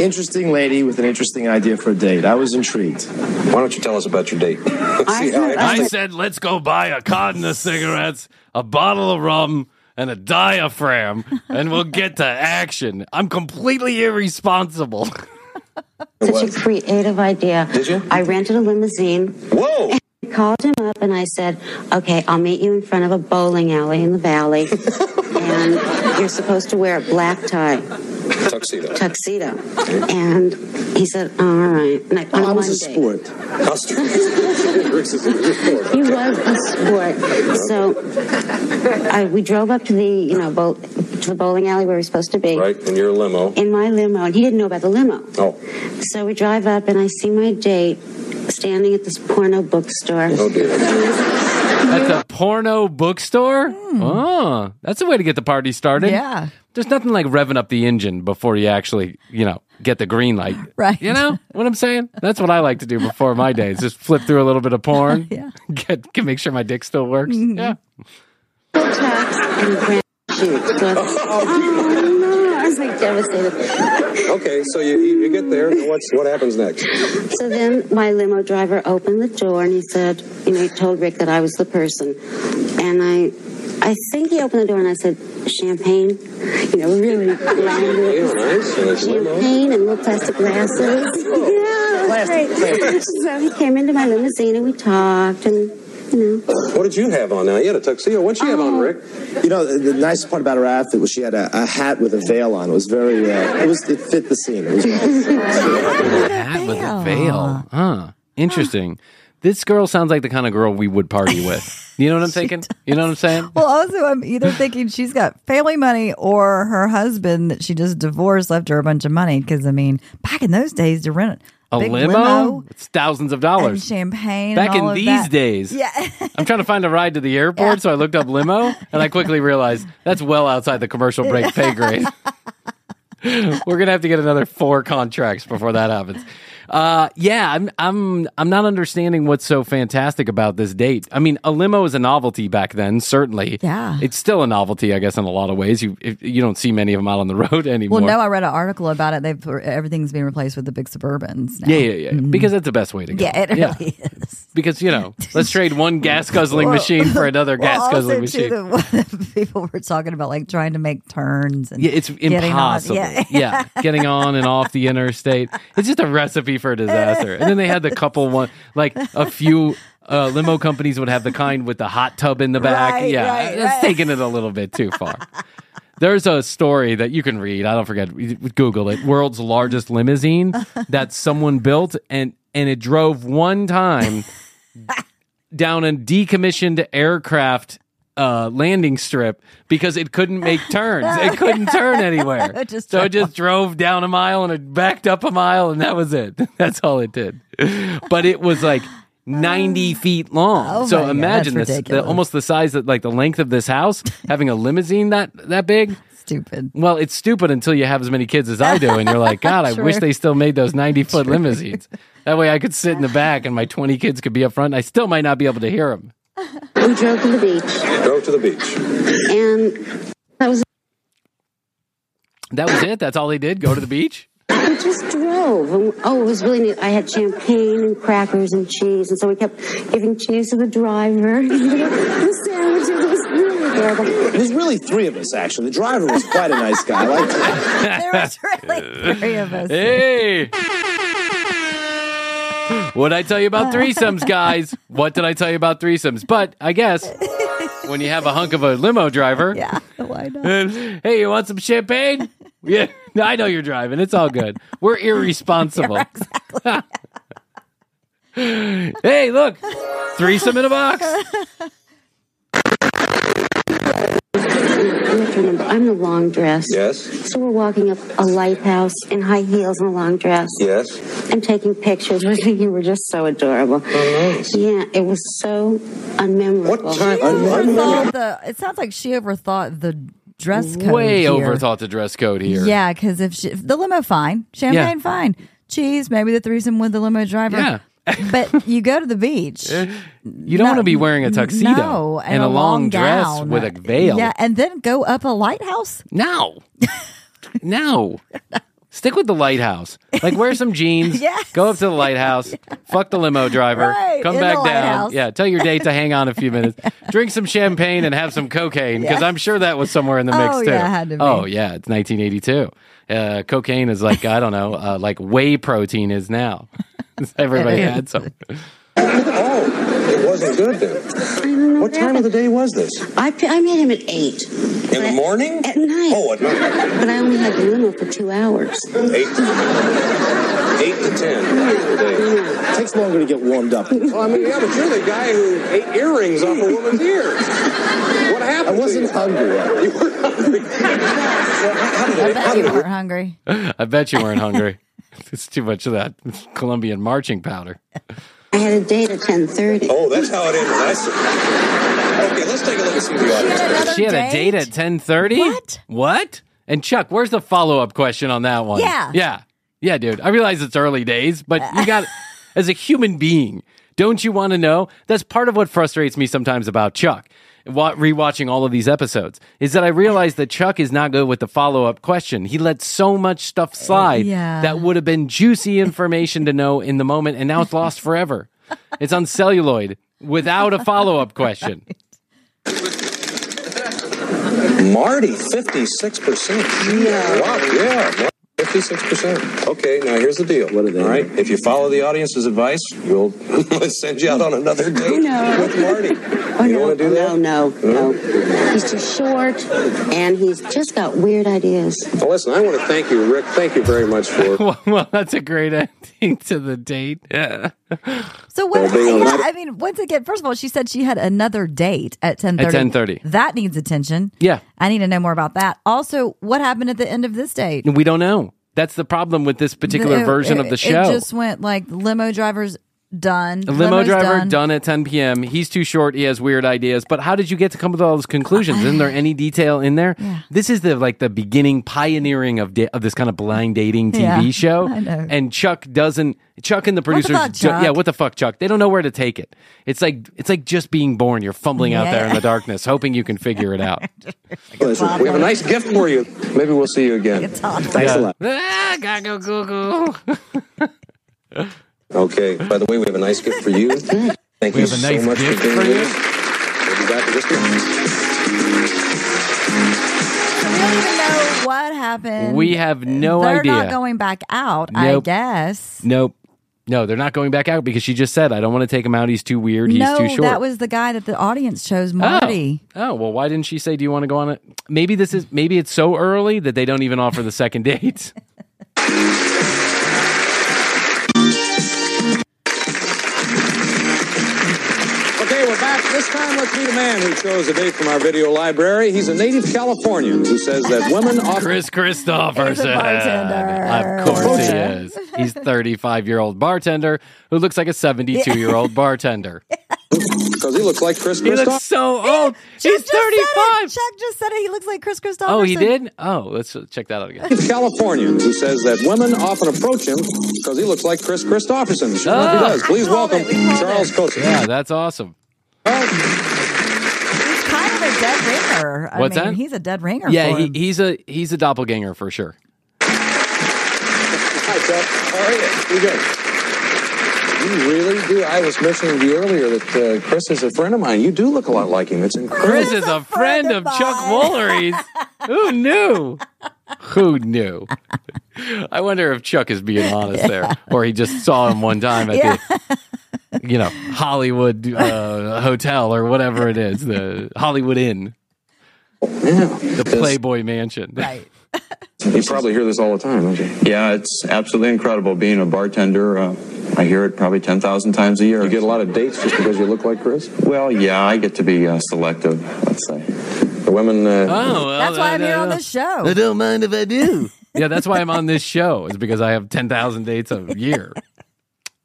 S13: Interesting lady with an interesting idea for a date. I was intrigued.
S7: Why don't you tell us about your date? Let's
S9: I
S7: see how
S9: said-
S4: I
S7: interesting-
S4: said, let's go buy a carton of cigarettes, a bottle of rum, and a diaphragm, and we'll get to action. I'm completely irresponsible.
S9: Such a creative idea.
S7: Did you?
S9: I rented a limousine
S7: Whoa!
S9: called him up and I said, okay, I'll meet you in front of a bowling alley in the valley. and you're supposed to wear a black tie.
S7: Tuxedo.
S9: Tuxedo. And he said, all right. And I put
S7: I
S9: him
S7: was
S9: on
S7: a
S9: date.
S7: sport. Costume. Rick's is a sport.
S9: He was a sport. So I, we drove up to the, you know, bowl, to the bowling alley where we were supposed to be.
S7: Right, in your limo.
S9: In my limo, and he didn't know about the limo.
S7: Oh,
S9: So we drive up, and I see my date standing at this porno bookstore.
S7: Oh dear!
S4: At the porno bookstore? Oh, that's a way to get the party started.
S5: Hmm. Yeah.
S4: There's nothing like revving up the engine before you actually, you know, get the green light.
S5: Right.
S4: You know what I'm saying? That's what I like to do before my day is just flip through a little bit of porn. yeah. Get, get- make sure my dick still works.
S5: Mm-hmm.
S4: Yeah.
S9: and grand shoes. So I was like, oh no! I was like devastated.
S7: Okay, so you, you you get there, and what's, what happens next?
S9: So then my limo driver opened the door and he said, you know, he told Rick that I was the person. And I I think he opened the door and I said, champagne? You know, really glamorous. Champagne and little plastic glasses. yeah, it was great. So he came into my limousine and we talked and
S7: What did you have on now? You had a tuxedo. What'd you have on, Rick?
S13: Oh. You know, the, the nice part about her outfit was she had a, a hat with a veil on. It was very, uh, it was, it fit the scene. It was
S4: Hat with a veil. Huh. Interesting. This girl sounds like the kind of girl we would party with. You know what I'm thinking? You know what I'm saying?
S5: Well, also, I'm either thinking she's got family money or her husband that she just divorced left her a bunch of money. Because, I mean, back in those days, to rent a,
S4: A
S5: big
S4: limo? It's thousands of
S5: and
S4: dollars.
S5: champagne.
S4: Back
S5: and all
S4: in
S5: of
S4: these
S5: that.
S4: days.
S5: Yeah.
S4: I'm trying to find a ride to the airport, so I looked up limo, and I quickly realized that's well outside the commercial break pay grade. We're gonna have to get another four contracts before that happens. Uh, yeah, I'm, I'm, I'm not understanding what's so fantastic about this date. I mean, a limo is a novelty back then, certainly.
S5: Yeah.
S4: it's still a novelty, I guess, in a lot of ways. You, if, you don't see many of them out on the road anymore.
S5: Well, no, I read an article about it. They've Everything's being replaced with the big Suburbans now.
S4: yeah, yeah, yeah,
S5: Mm-hmm.
S4: because that's the best way to go.
S5: Yeah, it really
S4: because you know, let's trade one gas guzzling machine for another
S5: Well,
S4: gas
S5: also,
S4: guzzling
S5: too,
S4: machine.
S5: the- what the people were talking about like trying to make turns and
S4: Yeah, it's
S5: getting on-
S4: impossible.
S5: Yeah.
S4: yeah, getting on and off the interstate. It's just a recipe for disaster. And then they had the couple one, like a few uh, limo companies would have the kind with the hot tub in the back.
S14: Right,
S4: yeah,
S14: right,
S4: it's
S14: right.
S4: taking it a little bit too far. There's a story that you can read. I don't forget. Google it. World's largest limousine that someone built and and it drove one time down a decommissioned aircraft uh, landing strip because it couldn't make turns. It couldn't turn anywhere.
S14: It just
S4: so it just drove down a mile and it backed up a mile, and that was it. That's all it did. But it was like 90 feet long.
S14: Oh my
S4: so
S14: God,
S4: imagine
S14: that's
S4: this the, oh
S14: ridiculous.
S4: almost the size that, like, the length of this house, having a limousine that, that big.
S5: Stupid.
S4: Well, it's stupid until you have as many kids as I do, and you're like, God, I wish
S14: True.
S4: they still made those 90 foot limousines. That way I could sit in the back and my 20 kids could be up front. and I still might not be able to hear them.
S9: we drove to the beach.
S7: Drove to the beach.
S9: And that was
S4: That was it. That's all they did. Go to the beach.
S9: We just drove. And, oh, it was really neat. I had champagne and crackers and cheese, and so we kept giving cheese to the driver. the sandwiches. It was really adorable.
S13: There's really three of us, actually. The driver was quite a nice guy. I liked him.
S5: there was really three of us.
S4: Hey. What I tell you about threesomes, guys? What did I tell you about threesomes? But I guess when you have a hunk of a limo driver, yeah,
S5: why not?
S4: hey, you want some champagne? Yeah, I know you're driving. It's all good. We're irresponsible. hey, look, threesome in a box.
S9: You have to remember, I'm the long dress.
S7: Yes.
S9: So we're walking up a lighthouse in high heels and a long dress.
S7: Yes.
S9: And taking pictures. We're thinking we're just so adorable. Yeah, it was so unmemorable. What
S7: Oh, time?
S5: Overthought the- it sounds like she overthought the dress code.
S4: Way
S5: here.
S4: overthought the dress code here.
S5: Yeah, because if, she- if the limo, fine. Champagne,
S4: Yeah.
S5: fine. Cheese, maybe the threesome with the limo driver.
S4: Yeah.
S5: but you go to the beach.
S4: You don't
S5: No,
S4: want to be wearing a tuxedo
S5: no,
S4: and, a, long, dress
S5: gown.
S4: with a veil.
S5: Yeah, and then go up a lighthouse.
S4: No. No. Stick with the lighthouse. Like wear some jeans.
S5: Yes.
S4: Go up to the lighthouse. Fuck the limo driver.
S5: Right,
S4: Come
S5: in
S4: back
S5: the
S4: down.
S5: lighthouse.
S4: Yeah. Tell your date to hang on a few minutes. Drink some champagne and have some cocaine because
S5: Yeah.
S4: I'm sure that was somewhere in the mix
S5: Oh,
S4: too.
S5: yeah, it had to be.
S4: Oh yeah, it's 1982. Uh, cocaine is like I don't know, uh, like whey protein is now.
S7: It
S4: Everybody
S7: is.
S4: had some.
S7: Oh, wasn't good then. What time of the day was this?
S9: I, I met him at 8.
S7: In the morning?
S9: At night.
S7: Oh, at night.
S9: But I only had the limo for two hours.
S7: Eight. Eight to ten hours a day.
S13: Takes longer to get warmed up.
S7: Well, I mean, yeah, but you're the guy who ate earrings off a woman's ears. What happened?
S13: I wasn't hungry.
S7: You were hungry.
S5: I bet you weren't hungry.
S4: I bet you weren't hungry. it's too much of that Colombian marching powder.
S9: I had a date at 10.30.
S7: Oh, that's how it ended. I see. Okay, let's take a look and see what the audience thinks.
S4: she had a date at ten thirty. What? What? And Chuck, where's the follow up question on that one?
S5: Yeah.
S4: yeah, yeah, dude. I realize it's early days, but you got as a human being, don't you want to know? That's part of what frustrates me sometimes about Chuck. Wa- rewatching all of these episodes is that I realize that Chuck is not good with the follow up question. He let so much stuff slide
S5: Yeah.
S4: that would have been juicy information to know in the moment, and now it's lost forever. It's on celluloid without a follow up question.
S7: Marty, 56%. Yeah. Wow, yeah. Marty, 56%. Okay, now here's the deal. What are they? All right, if you follow the audience's advice, we'll send you out on another date with Marty.
S9: Oh, you no, want to do that? No, no, no. He's too short, and he's just got weird ideas.
S7: Well, listen, I want to thank you, Rick. Thank you very much for.
S4: well, well, that's a great ending to the date. Yeah.
S5: So what?
S7: Well, they-
S5: yeah, I mean, once again, first of all, she said she had another date at ten thirty.
S4: 10:30.
S5: That needs attention.
S4: Yeah.
S5: I need to know more about that. Also, what happened at the end of this date?
S4: We don't know. That's the problem with this particular
S5: It-
S4: version of
S5: it-
S4: the show.
S5: It just went like limo drivers done.
S4: A limo
S5: Limo's
S4: driver
S5: done.
S4: done. at 10 p.m. He's too short. He has weird ideas. But how did you get to come to all those conclusions? Isn't there any detail in there? This is the like the beginning pioneering of da- of this kind of blind dating TV
S5: Yeah,
S4: show.
S5: I know.
S4: And Chuck doesn't. Chuck and the
S5: What the
S4: producers.
S5: fuck,
S4: ju-
S5: Chuck?
S4: yeah, what the fuck, Chuck? They don't know where to take it. It's like it's like just being born. You're fumbling out there in the
S5: Yeah.
S4: darkness, hoping you can figure it out.
S7: Listen, we have a nice gift for you. Maybe we'll see you again.
S13: Thanks a lot.
S4: Ah, gotta go Google.
S7: Okay. By the way, we have a nice gift for you. Thank
S4: We
S7: you
S4: have a
S7: so
S4: nice
S7: much
S4: gift
S7: for being
S4: for
S7: here.
S4: you.
S7: We'll be back in just a minute.
S5: So we don't even know what happened.
S4: We have no
S5: They're
S4: idea.
S5: not going back out. I
S4: Nope.
S5: guess.
S4: Nope. No, they're not going back out because she just said, I don't want to take him out. He's too weird. He's
S5: no,
S4: too short.
S5: that was the guy that the audience chose, Marty.
S4: Oh, well, why didn't she say, Do you want to go on it? Maybe this is, maybe it's so early that they don't even offer the second date.
S7: Okay, we're back. This time, let's meet a man who chose a date from our video library. He's a native Californian who says that women often.
S4: Chris Christopherson.
S5: He's a bartender.
S4: Of course he is. He's 35 year old bartender who looks like a 72 year old bartender.
S7: Because he looks like Chris
S4: He
S7: Christoph-
S4: looks so old. He's
S5: Chuck just said it.
S4: 35.
S5: Chuck just said it. He looks like Chris Christopherson.
S4: Oh, he did? Oh, let's check that out again.
S7: native Californian who says that women often approach him because he looks like Chris Christopherson. Sure enough, he
S4: Oh.
S7: does. Please
S5: Called
S7: welcome
S5: it. We called
S7: Charles
S5: it.
S7: Kosi.
S4: Yeah, that's awesome.
S5: He's kind of a dead ringer. I
S4: What's
S5: mean,
S4: that?
S5: He's a dead ringer.
S4: Yeah,
S5: for
S4: he,
S5: him.
S4: he's a he's a doppelganger for sure.
S7: Hi, Chuck. How are you? You good? You really do. I was mentioning to you earlier that uh, Chris is a friend of mine. You do look a lot like him. It's incredible.
S4: Chris is a friend of Chuck Woolery's. Who knew? Who knew? I wonder if Chuck is being honest there, or he just saw him one time at the, you know, Hollywood uh, hotel or whatever it is, the Hollywood Inn, the Playboy Mansion.
S5: right.
S7: You probably hear this all the
S4: Oh,
S7: time, don't you?
S15: Yeah, it's absolutely incredible being a bartender. Uh, I hear it probably 10,000 times a year.
S7: You get a lot of dates just because you look like Chris.
S15: Well, yeah, I get to be uh, selective, let's say.
S7: The women. Uh,
S4: Oh, well,
S5: That's why I'm
S4: I
S5: here on
S4: don't-
S5: this show.
S4: don't mind if I do. yeah, that's why I'm on this show is because I have ten thousand dates a year.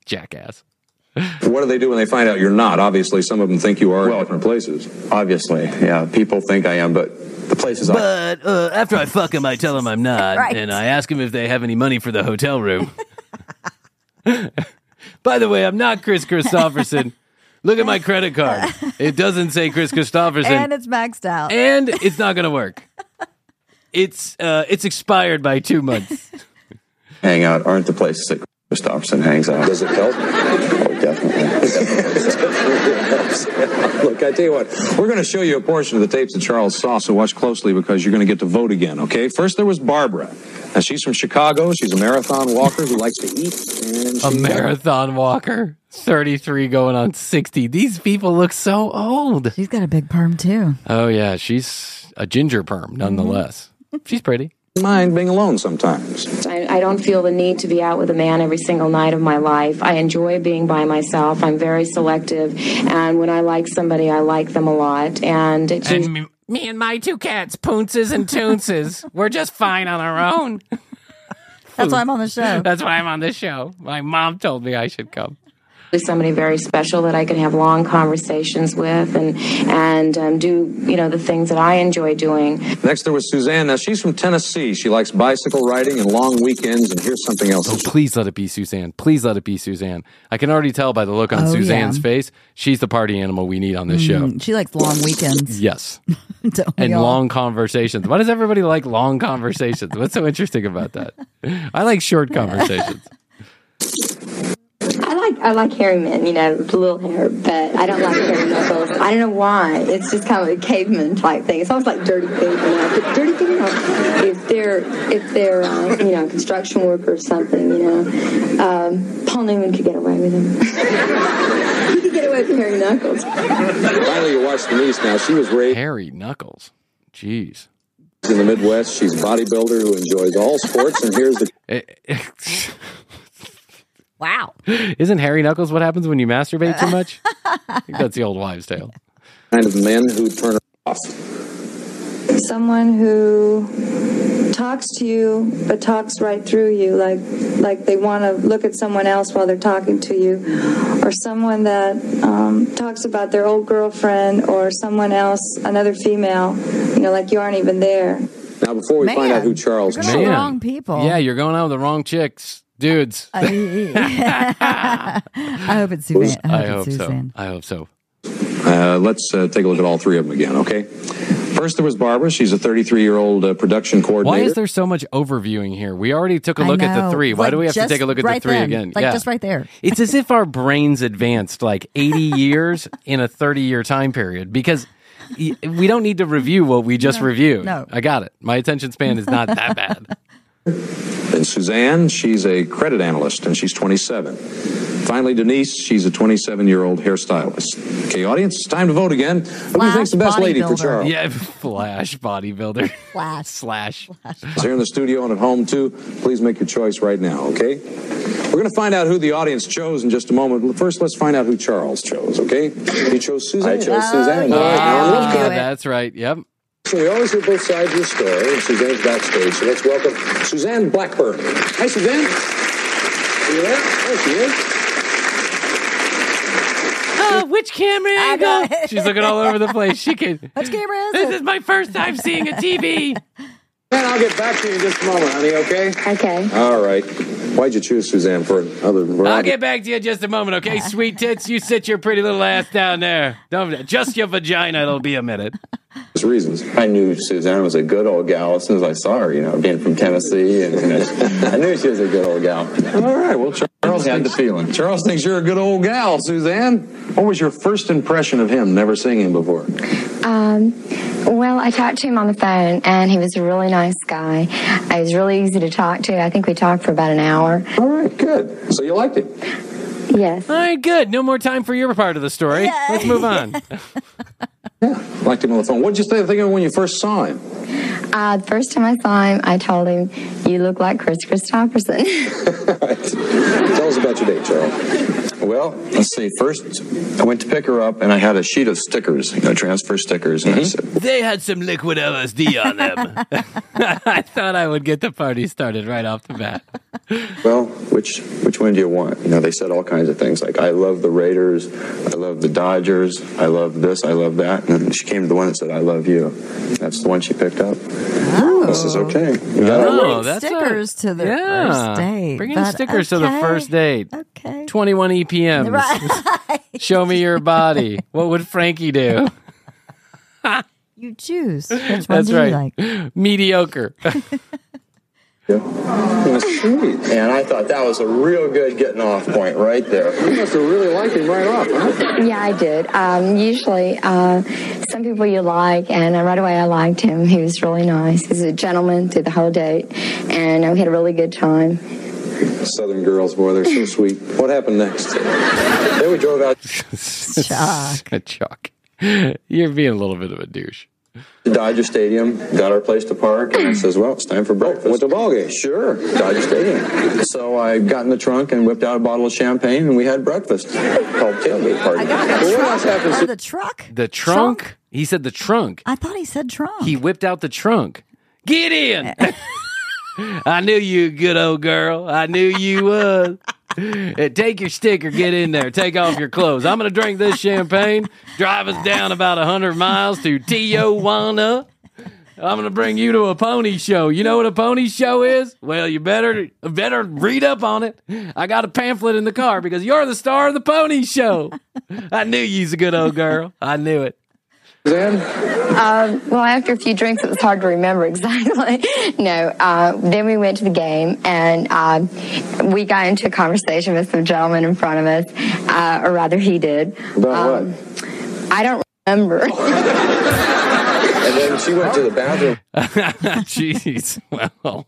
S4: Jackass.
S7: What do they do when they find out you're not? Obviously, some of them think you are in
S15: Well-
S7: different places.
S15: Obviously, yeah, people think I am, but the place is I
S4: But uh, after I fuck him, I tell him I'm not,
S5: Right.
S4: and I ask him if they have any money for the hotel room. By the way, I'm not Chris Christopherson. Look at my credit card; it doesn't say Chris Christopherson,
S5: And
S4: and,
S5: it's maxed out.
S4: it's not going to work. It's uh, it's expired by two months.
S15: hang out aren't the places that Christopherson hangs out.
S7: Does it help?
S15: Oh,
S7: Look, I tell you what, we're going to show you a portion of the tapes that Charles saw, so watch closely because you're going to get to vote again, okay? First, there was Barbara. Now, she's from Chicago. She's a marathon walker who likes to eat. And she
S4: A marathon walker, 33 going on 60. These people look so old.
S5: She's got a big perm too. Mm-hmm.
S4: Oh, yeah. She's a ginger perm, nonetheless. She's pretty.
S7: Mind being alone sometimes.
S16: I, I don't feel the need to be out with a man every single night of my life. I enjoy being by myself. I'm very selective, and when I like somebody, I like them a lot. And it's
S4: And me, me and my two cats, Poonces and Toonces, we're just fine on our own.
S5: That's why I'm on the show.
S4: That's why I'm on the show. My mom told me I should come.
S16: usually somebody very special that I can have long conversations with, and and um, do you know the things that I enjoy doing.
S7: Next, there was Suzanne. Now, she's from Tennessee. She likes bicycle riding and long weekends. And here's something else.
S4: Oh, please let it be Suzanne. Please let it be Suzanne. I can already tell by the look on
S5: Oh, yeah.
S4: Suzanne's face. She's the party animal we need on this show.
S5: Mm, She likes long weekends.
S4: Yes.
S5: Don't we
S4: and
S5: all?
S4: long conversations. Why does everybody like long conversations? What's so interesting about that? I like short conversations.
S17: I like I like hairy men, you know, with little hair, but I don't like hairy knuckles. I don't know why. It's just kind of a caveman type thing. It's almost like dirty feet, you know. But dirty feet, you know, if they're if they're uh, you know construction worker or something, you know, um, Paul Newman could get away with him. he could get away with hairy knuckles.
S7: Finally, you watch the niece now. She was raised.
S4: Harry Knuckles. Jeez.
S7: In the Midwest, she's a bodybuilder who enjoys all sports. And here's the.
S4: Eh,
S5: Wow.
S4: Isn't Harry Knuckles what happens when you masturbate too much? I think that's the old wives' tale.
S7: Kind of men who turn her off.
S17: Someone who talks to you but talks right through you, like like they want to look at someone else while they're talking to you, or someone that um, talks about their old girlfriend or someone else, another female, you know, like you aren't even there.
S7: Now, before we find out who Charles
S5: you're going with the wrong people.
S4: Yeah, you're going out with the wrong chicks, dudes.
S5: I hope it's Suzanne. I hope,
S4: I hope
S5: it's
S4: so.
S5: Suzanne.
S4: I hope so.
S7: Uh, let's uh, take a look at all three of them again, okay? First, there was Barbara. She's a 33 year old uh, production
S4: Why
S7: coordinator.
S4: is there so much overviewing here? We already took a
S5: I
S4: look at the
S5: know.
S4: three. Why
S5: Like,
S4: do we have to
S5: just
S4: take a look at
S5: right
S4: the three
S5: then.
S4: again?
S5: Like just right there.
S4: It's as if our brains advanced like 80 years in a 30 year time period because y- we don't need to review what we just reviewed.
S7: no.
S4: I got it. My attention span is not that bad.
S7: And Suzanne, she's a credit analyst and she's 27. Finally, Denise, she's a 27 year old hairstylist. Okay, audience, it's time to vote again. Who do you think's the best lady for Charles?
S4: Yeah, flash bodybuilder.
S5: Flash.
S4: Slash.
S7: Here in the studio and at home, too, please make your choice right now, okay? We're going to find out who the audience chose in just a moment. But First, let's find out who Charles chose, okay? He chose Suzanne. I chose Suzanne. All right, now,
S4: Ah,
S7: let's go.
S4: that's right. Yep.
S7: So we always hear both sides of the story, and Suzanne's backstage, so let's welcome Suzanne Blackburn. Hi, Suzanne. You there? There she is.
S4: Oh, which camera angle? She's looking all over the place. She can.
S5: Which camera is
S4: This is my first time seeing a TV.
S7: And I'll get back to you in just a moment, honey, okay?
S17: Okay.
S7: All right. Why'd you choose Suzanne for other than
S4: I'll get back to you in just a moment, okay? Sweet tits, you sit your pretty little ass down there. Don't just your vagina. It'll be a minute.
S7: reasons?
S15: I knew Suzanne was a good old gal as soon as I saw her. You know, being from Tennessee, and you know, I knew she was a good old gal.
S7: All right. Well, Charles
S15: had the
S7: thinks- Charles thinks you're a good old gal, Suzanne. What was your first impression of him? Never seeing him before.
S17: Um, well, I talked to him on the phone, and he was a really nice guy. He was really easy to talk to. I think we talked for about an hour.
S7: All right, good. So you liked him.
S17: Yes.
S4: All right, good. No more time for your part of the story. Let's move on.
S7: Liked him on the phone. What did you think think of him when you first saw him?
S17: Uh, the first time I saw him, I told him, "You look like Chris Christopherson."
S7: Tell us about your date, Charles.
S15: Well, let's see. First, I went to pick her up, and I had a sheet of stickers, you know, transfer stickers, and I said,
S14: They had some liquid LSD on them.
S4: I thought I would get the party started right off the bat.
S15: Well, which which one do you want? You know, they said all kinds of things like, I love the Raiders, I love the Dodgers, I love this, I love that. And then she came to the one that said, I love you. That's the one she picked up. This is okay. We got our way.
S4: that's
S5: Oh, stickers to the first date.
S4: Bringing
S5: but
S4: stickers to the
S5: okay.
S4: first date.
S5: Okay.
S4: 21 EPMs. Show me your body. What would Frankie do?
S5: You choose. Which one
S4: That's
S5: do
S4: right.
S5: you like?
S4: Mediocre.
S15: It was sweet. And I thought that was a real good getting off point right there. You must have really liked him right off, huh?
S17: Yeah, I did. Um, usually, uh, some people you like, and uh, right away I liked him. He was really nice. He was a gentleman through the whole date, and uh, we had a really good time.
S7: Southern girls, boy, they're so sweet. What happened next? Then we drove out.
S10: Chuck. Chuck. You're being a little bit of a douche. Hmm.
S15: to Dodger Stadium, got our place to park, and I says, "Well, it's time for breakfast." went to ball game? Sure, Dodger Stadium. So I got in the trunk and whipped out a bottle of champagne, and we had breakfast called tailgate party.
S5: What else happens? the truck?
S10: The trunk? He said the trunk.
S5: I thought he said trunk.
S10: He whipped out the trunk. Get in. I knew you, good old girl. I knew you was. Hey, Take your sticker, get in there, take off your clothes. I'm going to drink this champagne, drive us down about 100 miles to Tijuana. I'm going to bring you to a pony show. You know what a pony show is? Well, you better better read up on it. I got a pamphlet in the car because you're the star of the pony show. I knew you's a good old girl. I knew it.
S17: Um, well, after a few drinks, it was hard to remember exactly. no, uh, then we went to the game, and um we got into a conversation with some gentlemen in front of us, uh, or rather, he did.
S15: About
S17: Um, I don't remember.
S15: what? And then she went to the bathroom.
S10: Jeez. Well.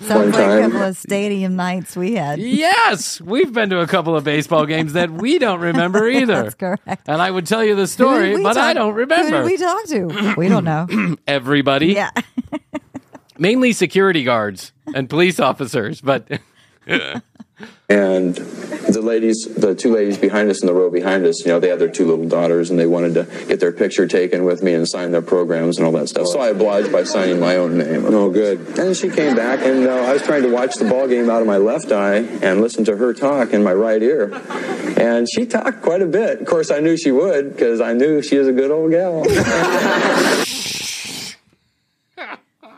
S5: Sounds like a couple of stadium nights we had.
S10: Yes, we've been to a couple of baseball games that we don't remember either.
S5: That's correct.
S10: And I would tell you the
S5: Who did
S10: story,
S5: we
S10: but I
S5: talk-
S10: don't remember.
S5: Who did we talk to? We don't know.
S10: Everybody.
S5: Yeah.
S10: Mainly security guards and police officers, but
S15: And the ladies, the two ladies behind us in the row behind us, you know, they had their two little daughters and they wanted to get their picture taken with me and sign their programs and all that stuff. So I obliged by signing my own name. Oh, good. And she came back and uh, I was trying to watch the ball game out of my left eye and listen to her talk in my right ear. And she talked quite a bit. Of course, I knew she would because I knew she was a good old gal.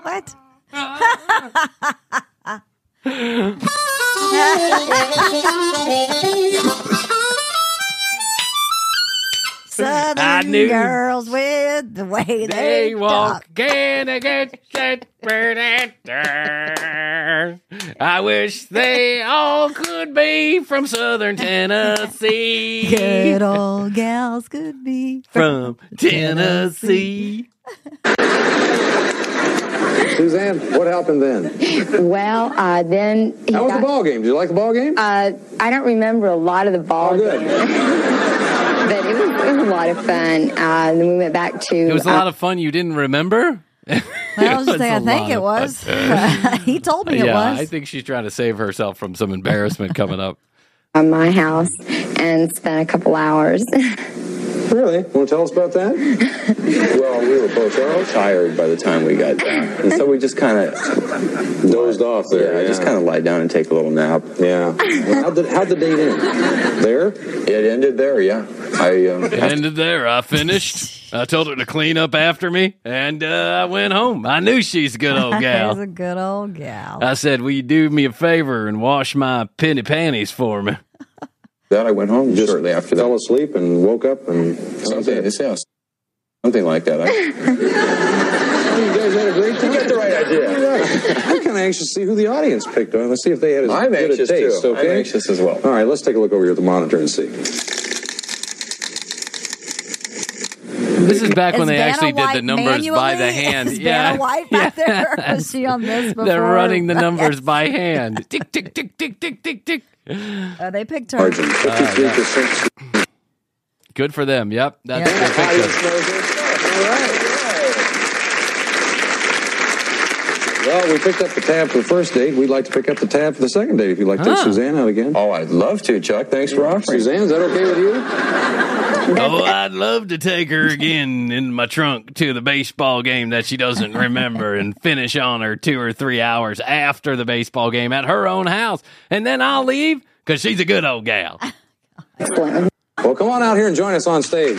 S5: What? Southern
S10: I knew.
S5: girls with the way they,
S10: they walk
S5: talk.
S10: in against that bird and turn. I wish they all could be from southern Tennessee.
S5: Good old gals could be
S10: From Tennessee.
S7: Suzanne, what happened then?
S17: well, uh, then he
S7: How was the
S17: got-
S7: ball game? Did you like the ball game? Oh,
S17: Uh, I don't remember a lot of the ball game, but it was, it was a lot of fun. Uh, then we went back to. uh,
S10: It was a lot of fun you didn't remember?
S5: Well, I was
S10: It
S5: just saying, I
S10: was a
S5: think it
S10: lot of
S5: was.
S10: fun.
S5: he told me
S10: yeah,
S5: it
S10: I
S5: was.
S10: think she's trying to save herself from some embarrassment coming up.
S17: on my house and spent a couple hours.
S7: Really? Want to tell us about that?
S15: Well, we were both so tired by the time we got back. And so we just kind of dozed off there. Yeah, just kind of lied down and take a little nap. Yeah. how'd, the, how'd the date end? There? It ended there, yeah. I, um,
S10: It ended there. I finished. I told her to clean up after me, and uh, I went home. I knew she's a good old
S5: He's
S10: gal.
S5: a good old gal.
S10: I said, "Will you do me a favor and wash my penny panties for me?"
S15: That I went home shortly after that. Fell asleep and woke up and something. Yeah, something like that. I,
S7: You guys had a great time.
S15: You got the right idea.
S7: I'm kind of anxious to see who the audience picked on. Let's see if they had as
S15: I'm
S7: good a
S15: anxious,
S7: taste.
S15: too. I'm
S7: Okay?
S15: anxious as well.
S7: All right, let's take a look over here at the monitor and see.
S10: This is back
S5: Is
S10: when they
S5: Vanna
S10: actually did the
S5: White
S10: numbers by the
S5: manually?
S10: hand.
S5: Is
S10: yeah,
S5: Vanna White back there? Or Was she on this before?
S10: they're running the numbers by hand. Tick tick tick tick tick tick tick.
S5: Oh, they picked her.
S7: Margin, 53%.
S10: Ah, Good for them. Yep, that's a good picture.
S7: Audience knows their stuff. All right. Well, we picked up the tab for the first date. We'd like to pick up the tab for the second date if you'd like to take
S10: Huh.
S7: Suzanne out again.
S15: oh, I'd love to, Chuck. Thanks for offering.
S7: Suzanne, is that okay with you?
S10: Oh, I'd love to take her again in my trunk to the baseball game that she doesn't remember and finish on her two or three hours after the baseball game at her own house. And then I'll leave because she's a good old gal.
S7: Well, come on out here and join us on stage.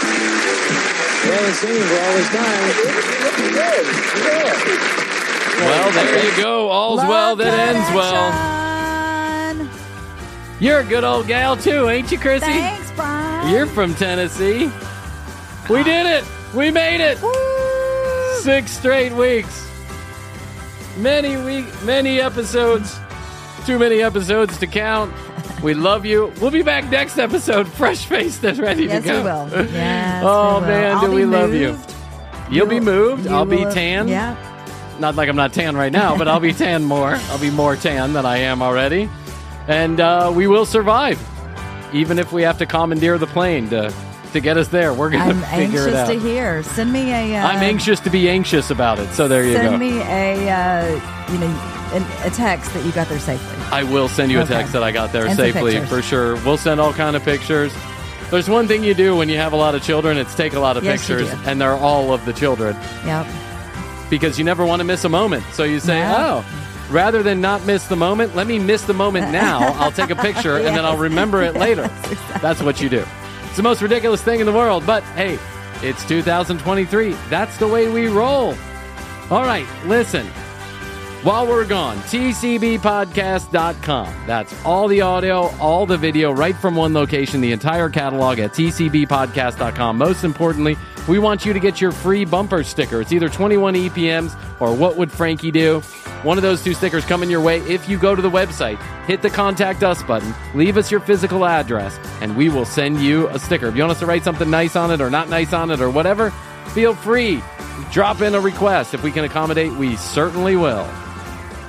S7: We haven't seen you for all this time.
S10: Well, there you go. All's well that ends well. You're a good old gal, too, ain't you, Chrissy?
S5: Thanks, Brian.
S10: You're from Tennessee. We did it. We made it.
S4: Six straight weeks. Many week, many episodes. Too many episodes to count. We love you. We'll be back next episode, fresh faced and ready
S5: Yes,
S4: to
S5: we
S4: go.
S5: will. Yes,
S4: oh
S5: we will.
S4: man,
S5: I'll
S4: do
S5: be
S4: we love you?
S5: moved.
S4: You'll be moved.
S5: You
S4: I'll be
S5: will-
S4: tan.
S5: Yeah.
S4: Not like I'm not tan right now, but I'll be tan more. I'll be more tan than I am already, and uh, we will survive, even if we have to commandeer the plane to to get us there. We're gonna
S5: I'm
S4: figure it out.
S5: anxious to hear. Send me a. Uh,
S4: I'm anxious to be anxious about it. So there you
S5: Send
S4: go.
S5: me a, uh, you know, an, a text that you got there safely.
S4: I will send you a
S5: Okay.
S4: text that I got there
S5: And some
S4: safely
S5: pictures.
S4: for sure. We'll send all kind of pictures. There's one thing you do when you have a lot of children, it's take a lot of
S5: Yes, you
S4: pictures,
S5: do.
S4: and they're all of the children
S5: Yep.
S4: because you never want to miss a moment. So you say,
S5: No.
S4: "Oh, rather than not miss the moment, let me miss the moment now. I'll take a picture and then I'll remember it later." That's what you do. It's the most ridiculous thing in the world, but hey, it's 2023. That's the way we roll. All right, listen. While we're gone, tcbpodcast.com. That's all the audio, all the video, right from one location, the entire catalog at tcbpodcast.com. Most importantly, we want you to get your free bumper sticker. It's either 21 EPMs or What Would Frankie Do? One of those two stickers coming your way if you go to the website, hit the contact us button, leave us your physical address, and we will send you a sticker. If you want us to write something nice on it or not nice on it or whatever, feel free. Drop in a request. If we can accommodate, we certainly will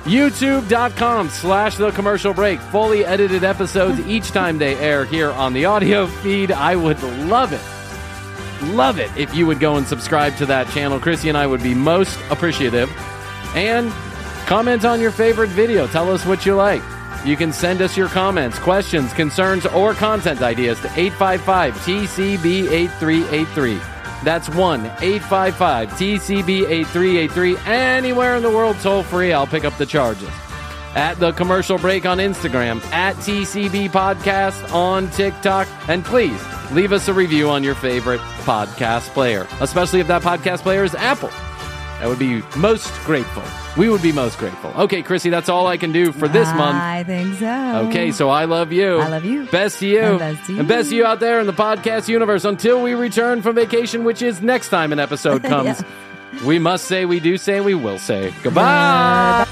S4: youtube.com slash the commercial break fully edited episodes each time they air here on the audio feed i would love it love it if you would go and subscribe to that channel chrissy and i would be most appreciative and comment on your favorite video tell us what you like you can send us your comments questions concerns or content ideas to 855 tcb 8383 that's 1 855 TCB 8383. Anywhere in the world, toll free. I'll pick up the charges. At the commercial break on Instagram, at TCB Podcast on TikTok. And please leave us a review on your favorite podcast player, especially if that podcast player is Apple. That would be most grateful. We would be most grateful. Okay, Chrissy, that's all I can do for this month.
S5: I think so.
S4: Okay, so I love you.
S5: I love you.
S4: Best to you.
S5: And best to you.
S4: And best to you out there in the podcast universe. Until we return from vacation, which is next time an episode comes, we must say, we do say, we will say goodbye.